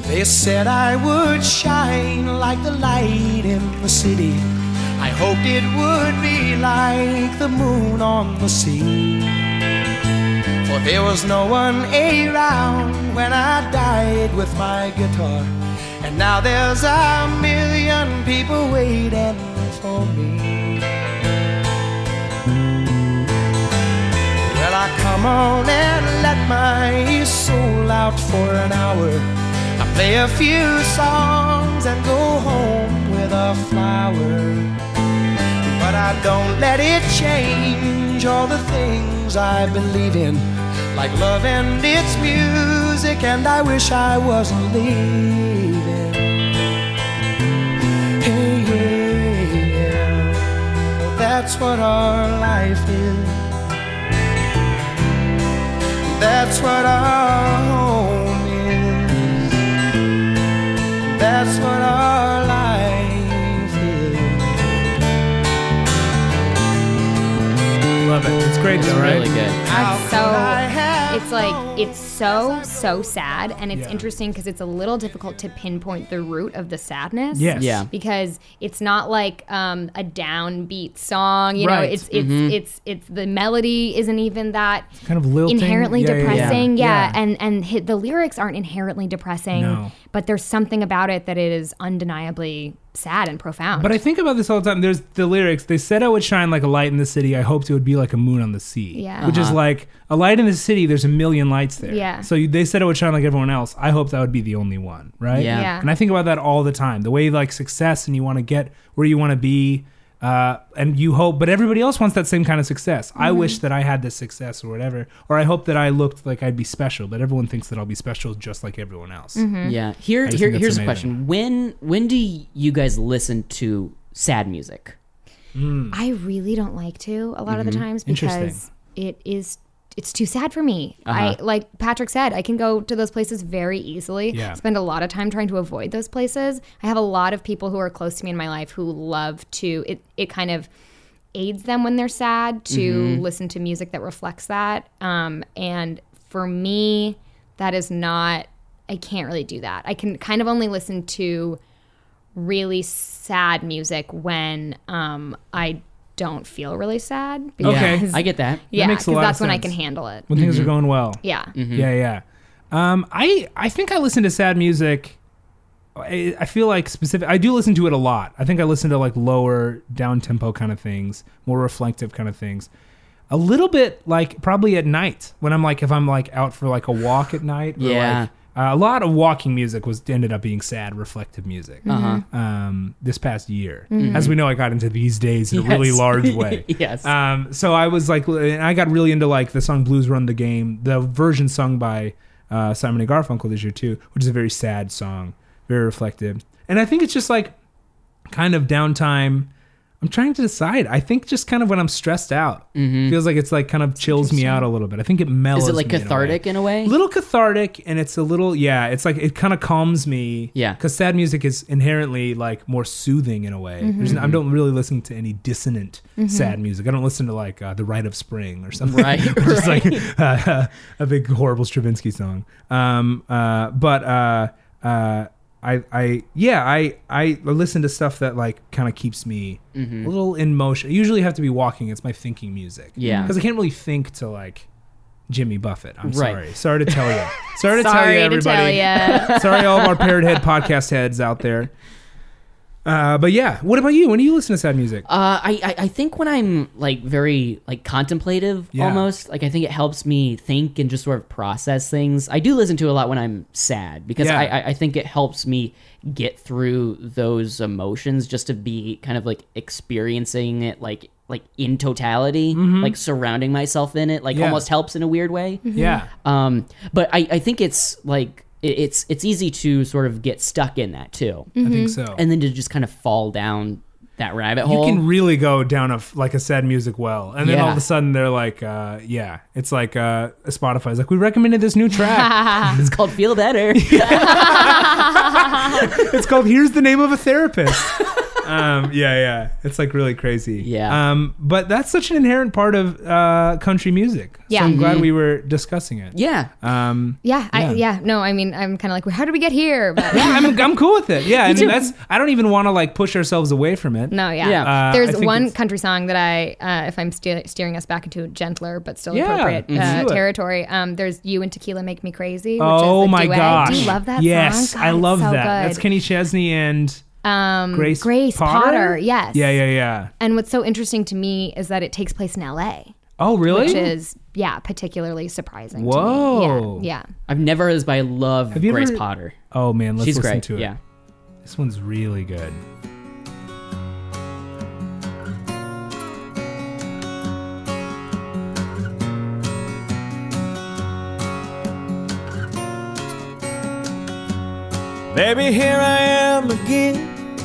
They said I would shine like the light in the city. I hoped it would be like the moon on the sea. For there was no one around when I died with my guitar. And now there's a million people waiting for me. Well, I come on and let my soul out for an hour. I play a few songs and go home with a flower. But I don't let it change all the things I believe in, like love and its music, and I wish I wasn't leaving. Hey, yeah, yeah. Well, that's what our life is. That's what our home is. That's what our life is. Love it. It's great It's though, right? really good. How It's could I so have it's like it's so known? so sad and it's Yeah. interesting because it's a little difficult to pinpoint the root of the sadness Yes. Yeah. because it's not like um, a downbeat song you Right. know it's it's, it's it's the melody isn't even that Kind of lilting. inherently Yeah, yeah, yeah. depressing yeah, Yeah. and and hi the lyrics aren't inherently depressing No. but there's something about it that it is undeniably sad and profound But I think about this all the time. There's the lyrics. They said I would shine like a light in the city. I hoped it would be like a moon on the sea. Yeah. Which is like a light in the city. There's a million lights there. Yeah. So you- they said I would shine like everyone else. I hoped I would be the only one. Right. Yeah. Yeah. And I think about that all the time. The way like success and you want to get where you want to be. Uh, and you hope, but everybody else wants that same kind of success. I Mm-hmm. wish that I had this success or whatever, or I hope that I looked like I'd be special. But everyone thinks that I'll be special just like everyone else. Mm-hmm. Yeah. Here just here think that's here's amazing. a question. When when do you guys listen to sad music? I really don't like to a lot of the times because Mm-hmm. Interesting. it is it's too sad for me. Uh-huh. I like Patrick said, I can go to those places very easily. Yeah. Spend a lot of time trying to avoid those places. I have a lot of people who are close to me in my life who love to it it kind of aids them when they're sad to listen to music that reflects that. Um, and for me, that is not I can't really do that. I can kind of only listen to really sad music when um, I don't feel really sad. Because, Okay. I get that. Yeah, makes a 'cause lot of that's when I sense. Mm-hmm. can handle it. When things are going well. Yeah. Yeah, yeah. Um, I I think I listen to sad music. I, I feel like specific. I do listen to it a lot. I think I listen to like lower down tempo kind of things, more reflective kind of things. A little bit like probably at night when I'm like if I'm like out for like a walk at night. or, Yeah. like, uh, a lot of walking music was ended up being sad, reflective music. Uh-huh. Um, this past year, as we know, I got into these days in a Mm-hmm. really Yes. large way. Yes. Um, so I was like, and I got really into like the song "Blues Run the Game," the version sung by uh, Simon and Garfunkel this year too, which is a very sad song, very reflective, and I think it's just like kind of downtime. I'm trying to decide. I think just kind of when I'm stressed out, feels like it's like kind of chills me out a little bit. I think it mellows. Mm-hmm. Is it like me in a way. cathartic in a way? little cathartic and it's a little yeah it's like it kind of calms me Yeah. because sad music is inherently like more soothing in a way Mm-hmm. There's n- i don't really listen to any dissonant sad music i don't listen to like uh, the rite of spring or something Right, or just like uh, a big horrible stravinsky song um uh but uh uh I, I yeah I I listen to stuff that like kind of keeps me Mm-hmm. a little in motion. I usually have to be walking. It's my thinking music. Yeah. because I can't really think to like Jimmy Buffett. I'm Right. sorry. Sorry to tell you. Sorry to tell Sorry you, to tell everybody. you. sorry, all of our parrot head podcast heads out there. Uh, but yeah, what about you? When do you listen to sad music? Uh, I, I I think when I'm like very like contemplative Yeah. almost like I think it helps me think and just sort of process things. I do listen to it a lot when I'm sad because Yeah. I, I I think it helps me get through those emotions just to be kind of like experiencing it like like in totality like surrounding myself in it like Mm-hmm. Yeah. almost helps in a weird way. yeah, Um, but I, I think it's like it- it's it's easy to sort of get stuck in that too, I think so. mm-hmm. and then to just kind of fall down that rabbit you hole. can really go down a f- like a sad music well, and then all of Yeah. a sudden they're like, uh, yeah, it's like uh, Spotify's like we recommended this new track. it's called Feel Better. it's called "Here's the Name of a Therapist." um, yeah, yeah, it's like really crazy. Yeah. Um, but that's such an inherent part of uh, country music. Yeah. so I'm glad we were discussing it. Mm-hmm. yeah. Um, Yeah, I, Yeah. yeah. No, I mean, I'm kind of like, how did we get here? But yeah, I'm, I'm cool with it. Yeah, and too. that's I don't even want to like push ourselves away from it. no, yeah. Yeah. Uh, I There's think one it's- country song that I, uh, if I'm steer steering us back into a gentler but still Yeah, appropriate let's uh, do it. territory, um, there's "You and Tequila Make Me Crazy." Which Oh is the my duet. gosh! Do you love that Yes, song? I God, it's love so that. Good. That's Kenny Chesney and um, Grace, Potter? Potter. Yes. Yeah, yeah, yeah. And what's so interesting to me is that it takes place in L.A., Oh, really? which is yeah, particularly surprising. Whoa. To me. Yeah. yeah. I've never heard this, but I love you Grace ever- Potter. oh man, let's She's listen great. to it. Yeah. This one's really good. Baby, here I am again,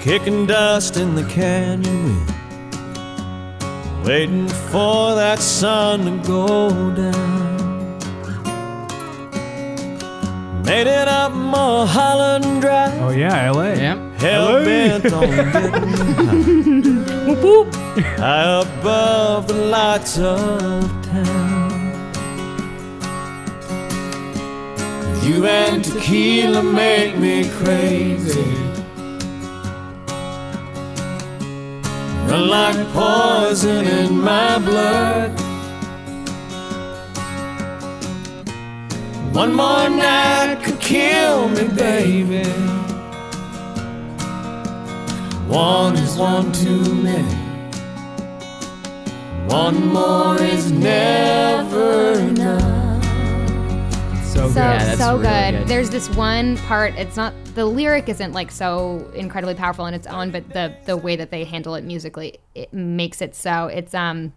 kicking dust in the canyon wind, waiting for that sun to go down. Made it up Mulholland Drive, Oh yeah, L.A. Yeah. hell bent on getting high. high above the lights of town. You and tequila make me crazy. Run like poison in my blood. One more night could kill me, Oh, baby. One is one too many. One more is never enough. So good. So Yeah, that's so really good. good. There's this one part. It's not the lyric isn't like so incredibly powerful on its own, but the the way that they handle it musically it makes it so. It's um,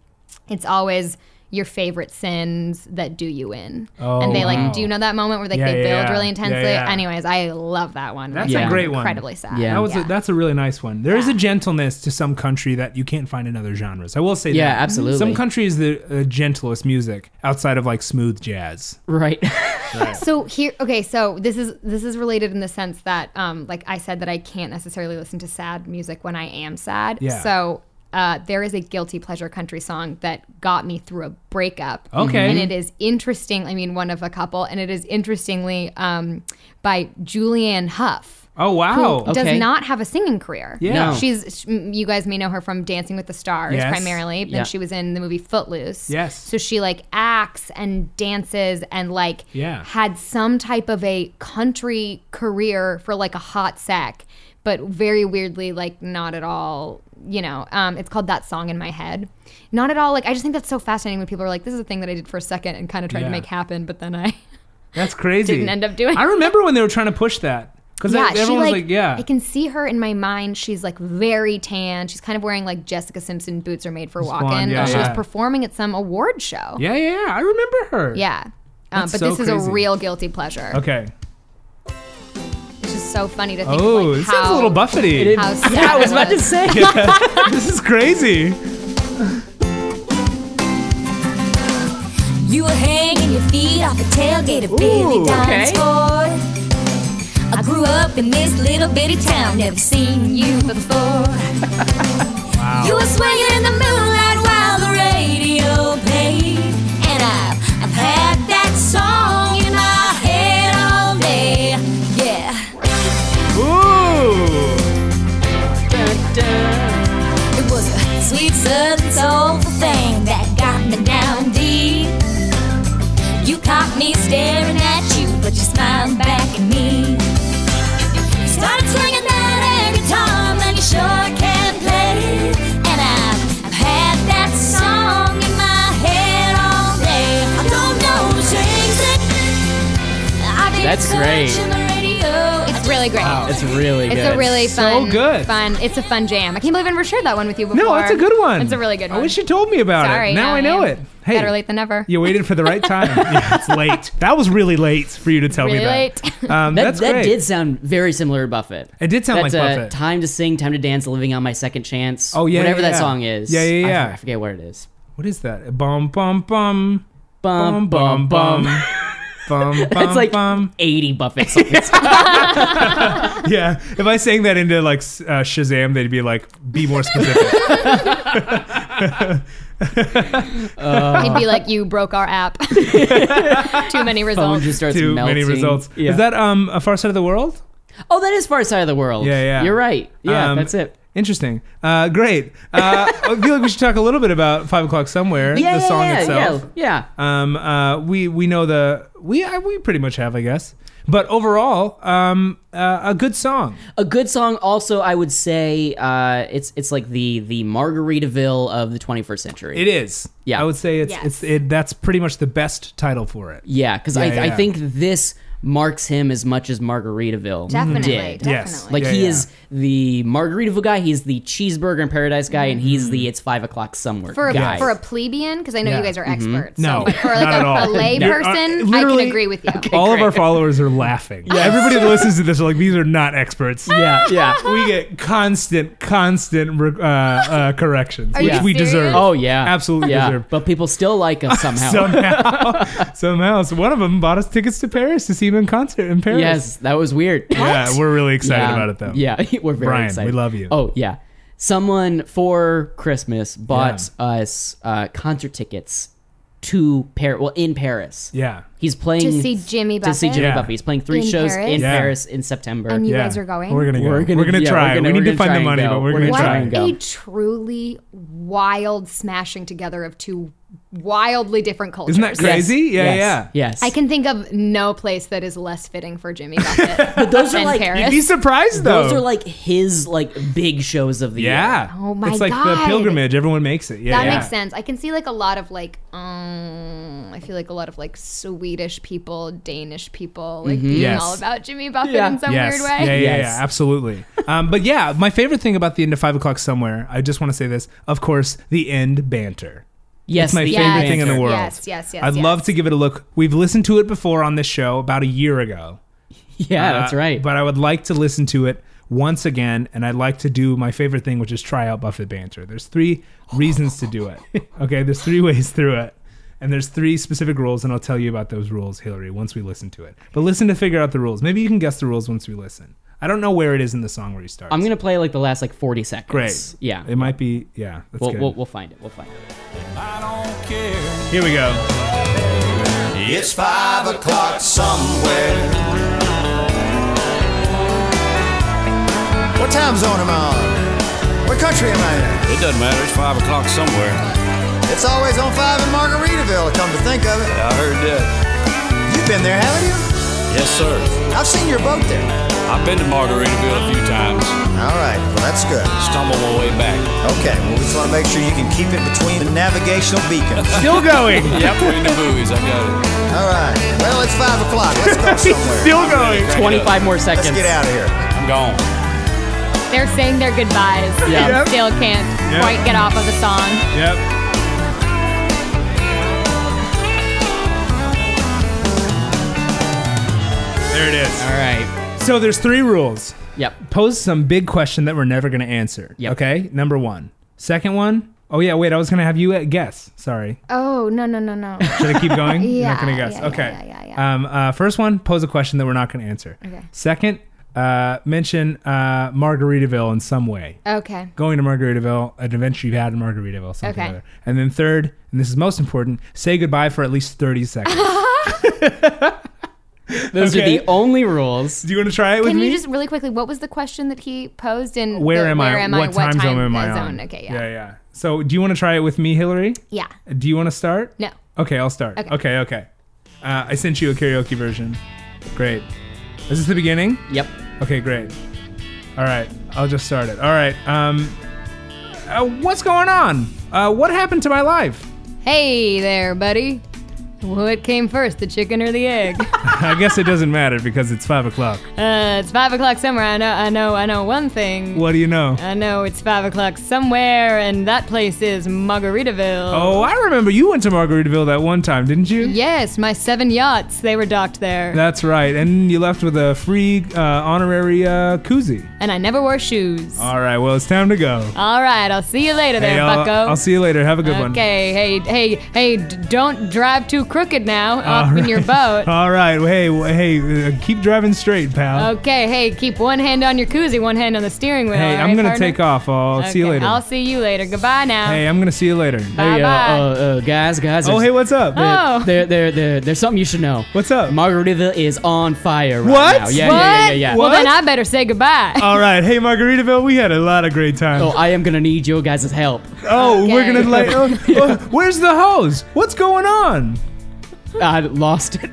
it's always your favorite sins that do you in, Oh, and they like wow. do you know that moment where like Yeah, they yeah, build yeah. really Yeah, intensely. yeah. Anyways, I love that one. That's a Like, great one. Incredibly sad. Yeah. That was yeah. a, that's a really nice one. There is a gentleness to some country that you can't find in other genres. I will say Yeah, that. absolutely. Some country is the uh, gentlest music outside of like smooth jazz. Right. So here, okay. So this is this is related in the sense that, um, like I said, that I can't necessarily listen to sad music when I am sad. Yeah. So uh, there is a guilty pleasure country song that got me through a breakup. Okay. And it is interesting. I mean, one of a couple, and it is interestingly um, by Julianne Hough. Oh Who wow. Okay. does not have a singing career. Yeah. No. she's. sh- You guys may know her from Dancing with the Stars Yes. primarily, and Yeah. she was in the movie Footloose. Yes. So she like acts and dances and like Yeah. had some type of a country career for like a hot sec, but very weirdly, like not at all, you know, um, it's called That Song in My Head. Not at all, like, I just think that's so fascinating when people are like, this is a thing that I did for a second and kind of tried Yeah. to make happen, but then I. That's crazy. Didn't end up doing I remember when they were trying to push that because Yeah, everyone she was like, like, "Yeah, I can see her in my mind. She's like very tan. She's kind of wearing like Jessica Simpson boots are made for walking. blonde, yeah, and she was yeah. performing at some award show. yeah, yeah." yeah, I remember her. Yeah. Um, That's but so this is crazy. a real guilty pleasure. Okay. It's just so funny to think Oh, of like it how sounds a little buffety. It- How sad yeah, I it was about to was. say. this is crazy. You were hanging your feet off a tailgate of Billy Ooh, Dimes okay. Ford. I grew up in this little bitty town, never seen you before. You were swinging in the moonlight while the radio played, and I've, I've had that song in my head all day. Yeah, Ooh. it was a sweet southern soulful thing that got me down deep. You caught me staring at you, but you smiled back at me. You started swinging that air guitar, man, you sure can play. And I've, I've had that song in my head all day. I don't know who sings it. I didn't That's search great. in the radio. It's really great. It's really It's good. a really fun, good. fun. It's a fun jam. I can't believe I never shared that one with you before. No, that's a good one. It's a really good one. I wish you told me about Sorry, it. Now I know man. it. Hey, better late than never. you waited for the right time. yeah, it's late. That was really late for you to tell me Really that. Um, That, that's that great. did sound very similar to Buffett. It did sound That's like uh, Buffett. Time to sing, time to dance, living on my second chance. Oh, yeah, whatever yeah, that yeah. song is. Yeah, yeah, I- yeah. I forget what it is. what is that? Bum bum bum Bum bum bum bum bum. That's like bum. 80 Buffett songs. Yeah, if I sang that into like s- uh, Shazam, they'd be like, "Be more specific." It'd be like you broke our app. Too many Phone results. just starts Too melting. many results. Yeah. Is that um a far side of the world? oh, that is Far Side of the World. Yeah, yeah. You're right. Yeah, Um, that's it. Interesting. Uh, great. Uh, I feel like we should talk a little bit about Five O'clock Somewhere, Yeah, the yeah, song yeah, itself. Yeah, yeah. Um, uh, we we know the we I, we pretty much have, I guess. But overall, um, uh, a good song. A good song. Also, I would say uh, it's it's like the the Margaritaville of the 21st century. It is. Yeah. I would say it's Yes. it's it, that's pretty much the best title for it. Yeah, because I, Yeah, I yeah. think this marks him as much as Margaritaville Definitely. did. Definitely. Yes. Like Yeah, he yeah. is the Margaritaville guy, he's the cheeseburger in paradise guy, and he's the it's five o'clock somewhere Mm-hmm. for a, guy. for a plebeian, because I know Yeah. you guys are experts. No, so, but for like not a, at all. a lay You're- uh, person, I can literally- agree with you. All of our followers are laughing. Everybody that listens to this are like, these are not experts. yeah, yeah. we get constant, constant re- uh, uh, corrections, Are which you we serious? deserve. Oh yeah, Absolutely yeah. deserve. But people still like us somehow. somehow, somehow, so one of them bought us tickets to Paris to see him in concert in Paris. yes, that was weird. Yeah, we're really excited about it though. Yeah, we're very Brian, excited. we love you. Oh yeah, someone for Christmas bought us uh, concert tickets to Paris. Well, in Paris. yeah. He's playing To see Jimmy to see Buffett? Jimmy Yeah. Buffett. He's playing three In shows Paris? in Yeah. Paris in September. And you yeah. guys are going? We're gonna go. We're gonna, yeah, try. we're gonna- we we're need to gonna find try the and money, go. but we're, We're gonna, gonna try. try and go. What a truly wild smashing together of two wildly different cultures. Isn't that crazy? Yes, Yeah, yes, yeah. Yes. I can think of no place that is less fitting for Jimmy Buffett. but those are than like- Paris. He's surprised though. Those are like his like big shows of the year. yeah. Oh my It's like the God. pilgrimage. Everyone makes it. Yeah, That yeah. makes sense. I can see like a lot of like, um, I feel like a lot of like Swedish people, Danish people, like being Yes. all about Jimmy Buffett Yeah. in some Yes. weird way. Yeah, yeah, Yes. yeah, absolutely. um, but yeah, my favorite thing about the end of Five O'Clock Somewhere, I just want to say this, of course, the end banter. Yes, It's my the favorite Indian thing in the dancer. world. Yes, yes, yes, I'd yes. love to give it a look. We've listened to it before on this show about a year ago. Yeah, that's Uh, right. But I would like to listen to it once again, and I'd like to do my favorite thing, which is try out Buffett banter. There's three reasons to do it. Okay, there's three ways through it. And there's three specific rules, and I'll tell you about those rules, Hillary, once we listen to it. But listen to figure out the rules. Maybe you can guess the rules once we listen. I don't know where it is in the song where you start. I'm gonna play like the last like 40 seconds. Great. Yeah. It might be. Yeah. That's We'll, good. we'll, we'll find it. We'll find it. I don't care. Here we go. It's five o'clock somewhere. What time zone am I on? What country am I It doesn't matter. It's five o'clock somewhere. in? It's always on five in Margaritaville, come to think of it. I heard that. You've been there, haven't you? Yes, sir. I've seen your boat there. I've been to Margaritaville a few times. All right, well, that's good. Stumbled my way back. Okay, well, we just want to make sure you can keep it between the navigational beacons. Still going. Yep, we're in the movies. I got it. All right, well, it's five o'clock. Let's go somewhere. Still going. 25 more Let's seconds. get out of here. I'm gone. They're saying their goodbyes Yeah. and Yep. still can't Yep. quite get off of the song. Yep. There it is. All right. So there's three rules. Yep. Pose some big question that we're never going to answer. Yep. Okay. Number one. Second one. Oh yeah. Wait. I was going to have you uh, guess. Sorry. Oh no no no no. Should I keep going? You're not going to Yeah, guess. yeah, okay. yeah, yeah, yeah. Um, uh, first one. Pose a question that we're not going to answer. Okay. Second. Uh, mention uh, Margaritaville in some way. Okay. Going to Margaritaville, an adventure you've had in Margaritaville, something Okay. or other. And then third, and this is most important, say goodbye for at least 30 seconds. Those Okay. are the only rules. Do you want to try it with Can me? you just really quickly? What was the question that he posed in? where the, am where I? Am what I? time, zone am I uh, on? zone? Okay. yeah, Yeah. So, do you want to try it with me, Hillary? Yeah. Do you want to start? No. Okay, I'll start. Okay, Okay. okay. Uh, I sent you a karaoke version. Great. Is this the beginning? Yep. Okay, great. All right, I'll just start it. All right. Um, uh, what's going on? Uh, what happened to my life? Hey there, buddy. What came first, the chicken or the egg? I guess it doesn't matter because it's five o'clock. uh, it's five o'clock somewhere. I know. I know. I know one thing. What do you know? I know it's five o'clock somewhere, and that place is Margaritaville. Oh, I remember you went to Margaritaville that one time, didn't you? Yes, my seven yachts. They were docked there, That's right. And you left with a free uh, honorary uh, koozie. and I never wore shoes. All right, well, it's time to go. All right. I'll see you later, Uh. Hey, there, I'll, Bucko. I'll see you later. Have a good one. Okay, hey, hey, hey, d- don't drive too crooked All now off in your right. boat. All right. Hey, w- hey, uh, keep driving straight, pal. Okay, hey, keep one hand on your koozie, one hand on the steering wheel. Hey, all I'm right, going to partner? take off. I'll see you Okay, later. I'll see you later. Goodbye now. hey, oh, I'm going to see you later. Bye-bye. Hey, uh, uh, uh, guys, guys. Oh, there's- hey, what's up? Oh. There, there, there, there's something you should know. What's up? Margaritaville is on fire right What? now. Yeah, what? yeah, yeah, yeah. yeah. Well, then What? Oh, I better say goodbye. All right. Hey, Margaritaville, we had a lot of great time. Oh, Oh, I am gonna need your guys' help. we're going to okay. like. Oh, oh, where's the hose? What's going on? I lost it.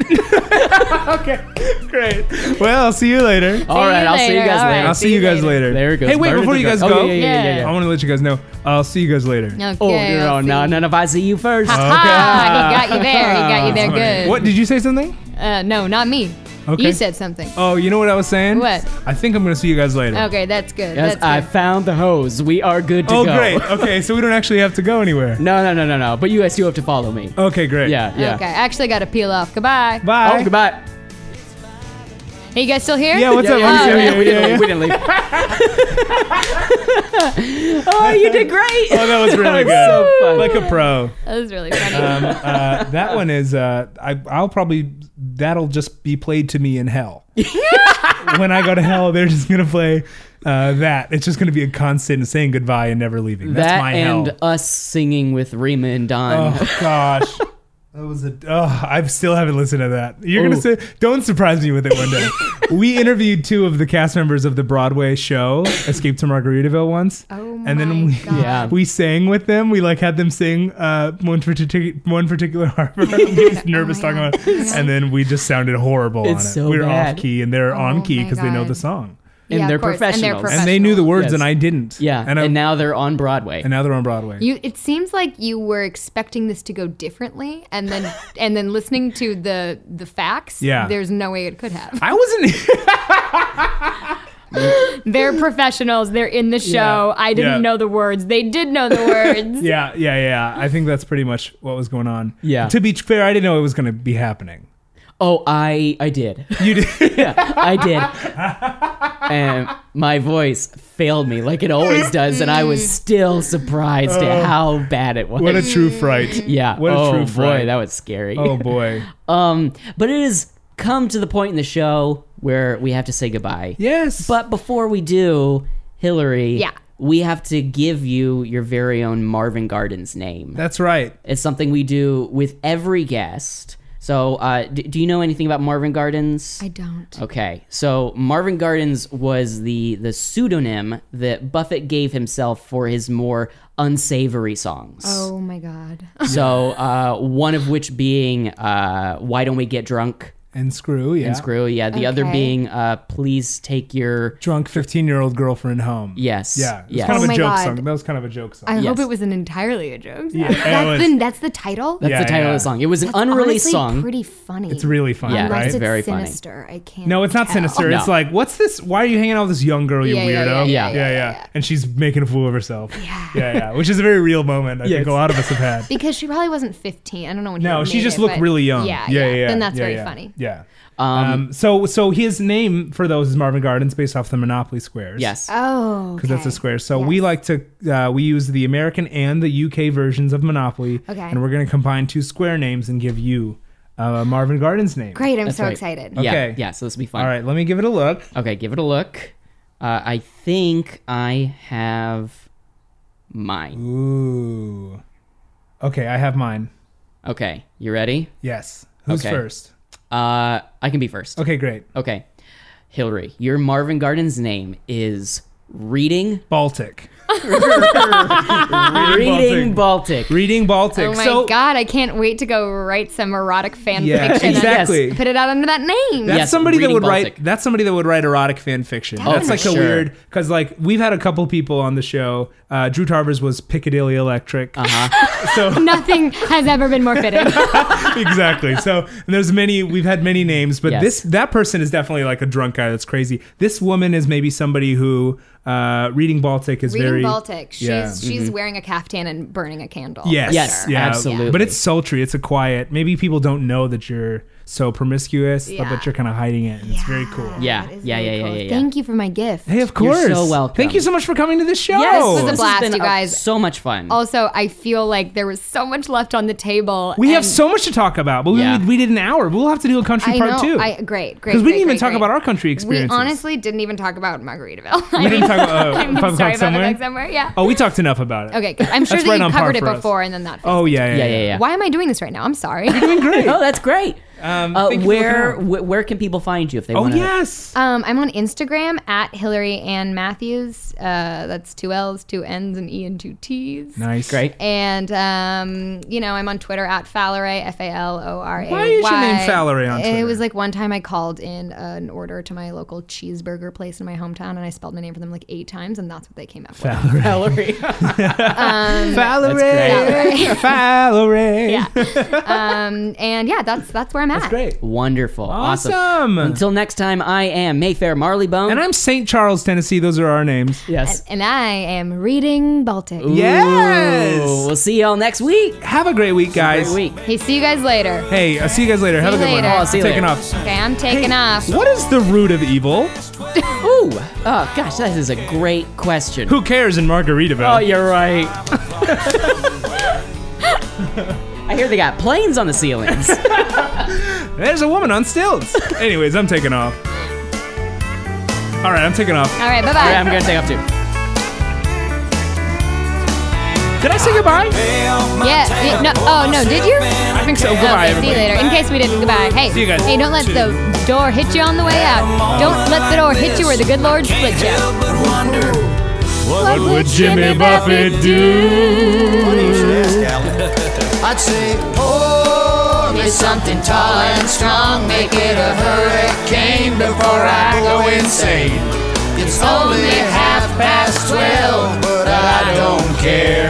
Okay. Great. Well, I'll see you later. All right, you I'll see you later, guys all right. later. I'll see, you guys later. There it goes. Hey, wait, Burn before it you to guys go. go, Oh, yeah, yeah, yeah, Yeah. yeah. I want to let you guys know. I'll see you guys later. Okay. Oh, I'll no, see no, you. none if I see you first. Ha, he got you there. He got you there good. What did you say something? Uh, no, not me. Okay. You said something. Oh, you know what I was saying? What? I think I'm gonna see you guys later. Okay, that's good. Yes, that's I good. found the hose. We are good to Oh, go. great. Okay, so we don't actually have to go anywhere. No, no, no, no, no. But you guys do have to follow me. Okay, great. Yeah, yeah. Okay, I actually got to peel off. Goodbye. Bye. Oh, goodbye. Are you guys still here? Yeah, what's Yeah, up? yeah, I'm yeah, here. yeah, we didn't yeah. leave. We didn't leave. oh, you did great. Oh, that was really That was good. so fun. Like a pro. That was really funny. Um, uh, that one is. Uh, I, I'll probably. That'll just be played to me in hell. when I go to hell, they're just gonna play uh, that. It's just gonna be a constant saying goodbye and never leaving. That's that my and hell. us singing with Rima and Don. Oh gosh. That was a. Oh, I still haven't listened to that. You're gonna Ooh. say. Don't surprise me with it one day. we interviewed two of the cast members of the Broadway show Escape to Margaritaville once. Oh and then my we, God. Yeah. we sang with them. We like had them sing uh, one particular one particular harmony. I was nervous Oh my talking God. about, it. and then we just sounded horrible It's on it. so we were bad. off key, and they're on Oh key my because they know God. the song, And Yeah, of they're course, And they're professionals. professionals. and they knew the words, Yes. and I didn't. yeah, and, and, I, now they're on Broadway. and now they're on Broadway. You, it seems like you were expecting this to go differently, and then and then listening to the the facts. Yeah. there's no way it could have. I wasn't. They're professionals. They're in the show. I didn't Yeah. know the words. They did know the words. Yeah, yeah, yeah. I think that's pretty much what was going on. Yeah. To be fair, I didn't know it was going to be happening. oh, I I did. You did. yeah, I did. And my voice failed me like it always does, and I was still surprised at how bad it was. Oh. what a true fright. yeah. what a oh true boy, fright. that was scary. Oh boy. Um, but it has come to the point in the show where we have to say goodbye. Yes. But before we do, Hillary, Yeah. we have to give you your very own Marvin Gardens name. that's right. It's something we do with every guest. So, uh, d- do you know anything about Marvin Gardens? I don't. Okay, so Marvin Gardens was the the pseudonym that Buffett gave himself for his more unsavory songs. Oh my god. So uh, one of which being uh, "Why Don't We Get Drunk?" And screw. Yeah. and "Screw." Yeah, the other Okay. being uh, "Please Take Your." Drunk fifteen-year-old girlfriend home. Yes. Yeah. It's Yes. kind of Oh a my joke God. song. That was kind of a joke song. I Yes. hope it wasn't entirely a joke. That's, it that's was. the that's the title. That's Yeah, the title yeah. of the song. It was an That's unreleased honestly song. Pretty funny. it's really fun, Yeah, Unless right? it's Very funny. sinister. I can't. no, it's not tell. sinister. No. It's like, what's this? Why are you hanging out with this young girl, you Yeah, yeah, yeah, yeah, weirdo? yeah, yeah, yeah. And she's making a fool of herself. Yeah, yeah, yeah. Which is a very real moment. I think a Yes. lot of us have had. Because she probably wasn't 15. I don't know when. No, he she made just it, looked but- really young. Yeah, yeah, yeah. yeah. Then that's yeah, very yeah. funny. Yeah. Um, so so his name for those is Marvin Gardens, based off the Monopoly squares. Yes. Oh. Because that's a okay. square. So we like to uh, we use the American and the UK versions of Monopoly. Okay. And we're going to combine two square names and give you uh, Marvin Gardens name. Great. I'm That's so right. excited. Yeah. Okay. Yeah. So this will be fun. All right, let me give it a look. Okay. Give it a look. Uh, I think I have mine. Ooh. Okay, I have mine. Okay. You ready? Yes. Who's Okay. first? Uh, I can be first. Okay, great. Okay. Hillary, your Marvin Gardens name is Reading Baltic. Reading Baltic. Reading Baltic. Oh my so god! I can't wait to go write some erotic fan Yeah, fiction. exactly. And put it out under that name. That's Yes, somebody that Reading would Baltic. Oh, write. That's somebody that would write erotic fan fiction. that's like a Definitely. weird because like we've had a couple people on the show. Uh, Drew Tarver's was Piccadilly Electric. Uh-huh. So Nothing has ever been more fitting. exactly. So and there's many. We've had many names, but Yes. this that person is definitely like a drunk guy. That's crazy. This woman is maybe somebody who uh, reading Baltic is Reading very Baltic. She's Yeah. mm-hmm. she's wearing a caftan and burning a candle. Yes. Yes, yeah. absolutely. But it's sultry. It's a quiet. Maybe people don't know that you're so promiscuous, but- Yeah. but you're kind of hiding it. And It's very cool. Yeah, That is yeah, yeah, yeah, cool. yeah, yeah. Thank you for my gift. Hey, of You're course. so welcome. Thank you so much for coming to this show. Yeah, Oh, this was a has blast, been you guys. so much fun. also, I feel like there was so much left on the table. we have and so much to talk about, but we, Yeah. we did an hour. We'll have to do a country I part know. two. I, great, great. Because we great, didn't even great, talk great. about our country experiences. We honestly didn't even talk about Margaritaville. we didn't talk about uh, I'm Pub sorry Talk about somewhere. Pub somewhere. Yeah. Oh, we talked enough about it. Okay. good. I'm sure That's that right you on par covered it for us. before, and then that. Oh yeah, yeah, yeah, yeah, yeah. Why am I doing this right now? I'm sorry. Oh, that's great. Um, Uh, thank you for where looking out. wh- where can people find you if they Oh want to? yes. Um, I'm on Instagram at Hillary Ann Matthews. Uh, that's two L's, two N's, an E, and two T's. Nice. Great. And um, you know, I'm on Twitter at Falleray, F A L O R A. Why is your name Falleray on It Twitter? was like one time I called in an order to my local cheeseburger place in my hometown, and I spelled my name for them like eight times, and that's what they came up with. Hillary. Valerie. Valerie. Valerie. Yeah. um, and yeah, that's that's where I'm at. That's great. Wonderful. Awesome. Awesome. Until next time, I am Mayfair Marleybone. And I'm St. Charles, Tennessee. Those are our names. yes. And I am reading Baltic. Yes. Ooh, we'll see y'all next week. Have a great week, guys. Great week. Hey, see you guys later. Hey, I'll see you guys later. Have a you good one. later. Oh, see you Taking later. off. Okay, I'm taking off. What is the root of evil? Ooh. Oh gosh, that is a great question. Who cares in Margaritaville? Oh, you're right. I hear they got planes on the ceilings. There's a woman on stilts. Anyways, I'm taking off. All right, I'm taking off. All right, bye bye. Yeah, I'm gonna take off too. Did I say goodbye? Yeah. yeah, No. Oh no. Did you? I think so. Okay, Goodbye, see you everybody. later. In case we didn't. Goodbye. Hey. See you guys. Hey, don't let the door hit you on the way out. Don't let the door hit you or the good Lord split you. What would Jimmy Buffett do? What do you should ask, Alan? I'd say, oh, It's something tall and strong, make it a hurricane before I go insane. it's Only half past twelve. but I don't care.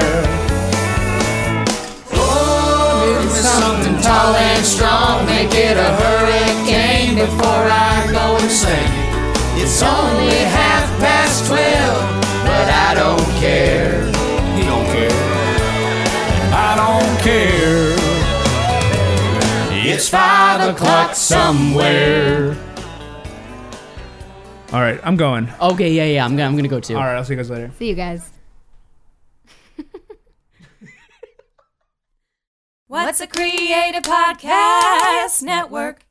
Something tall and strong, make it a hurricane before I go insane. It's only half past twelve, but I don't care. He don't care. I don't care. It's five o'clock somewhere. All right, I'm going. All Okay, yeah, yeah, I'm gonna, I'm gonna go too. right, I'll see you guys later. See you guys. What's a Creative Podcast Network?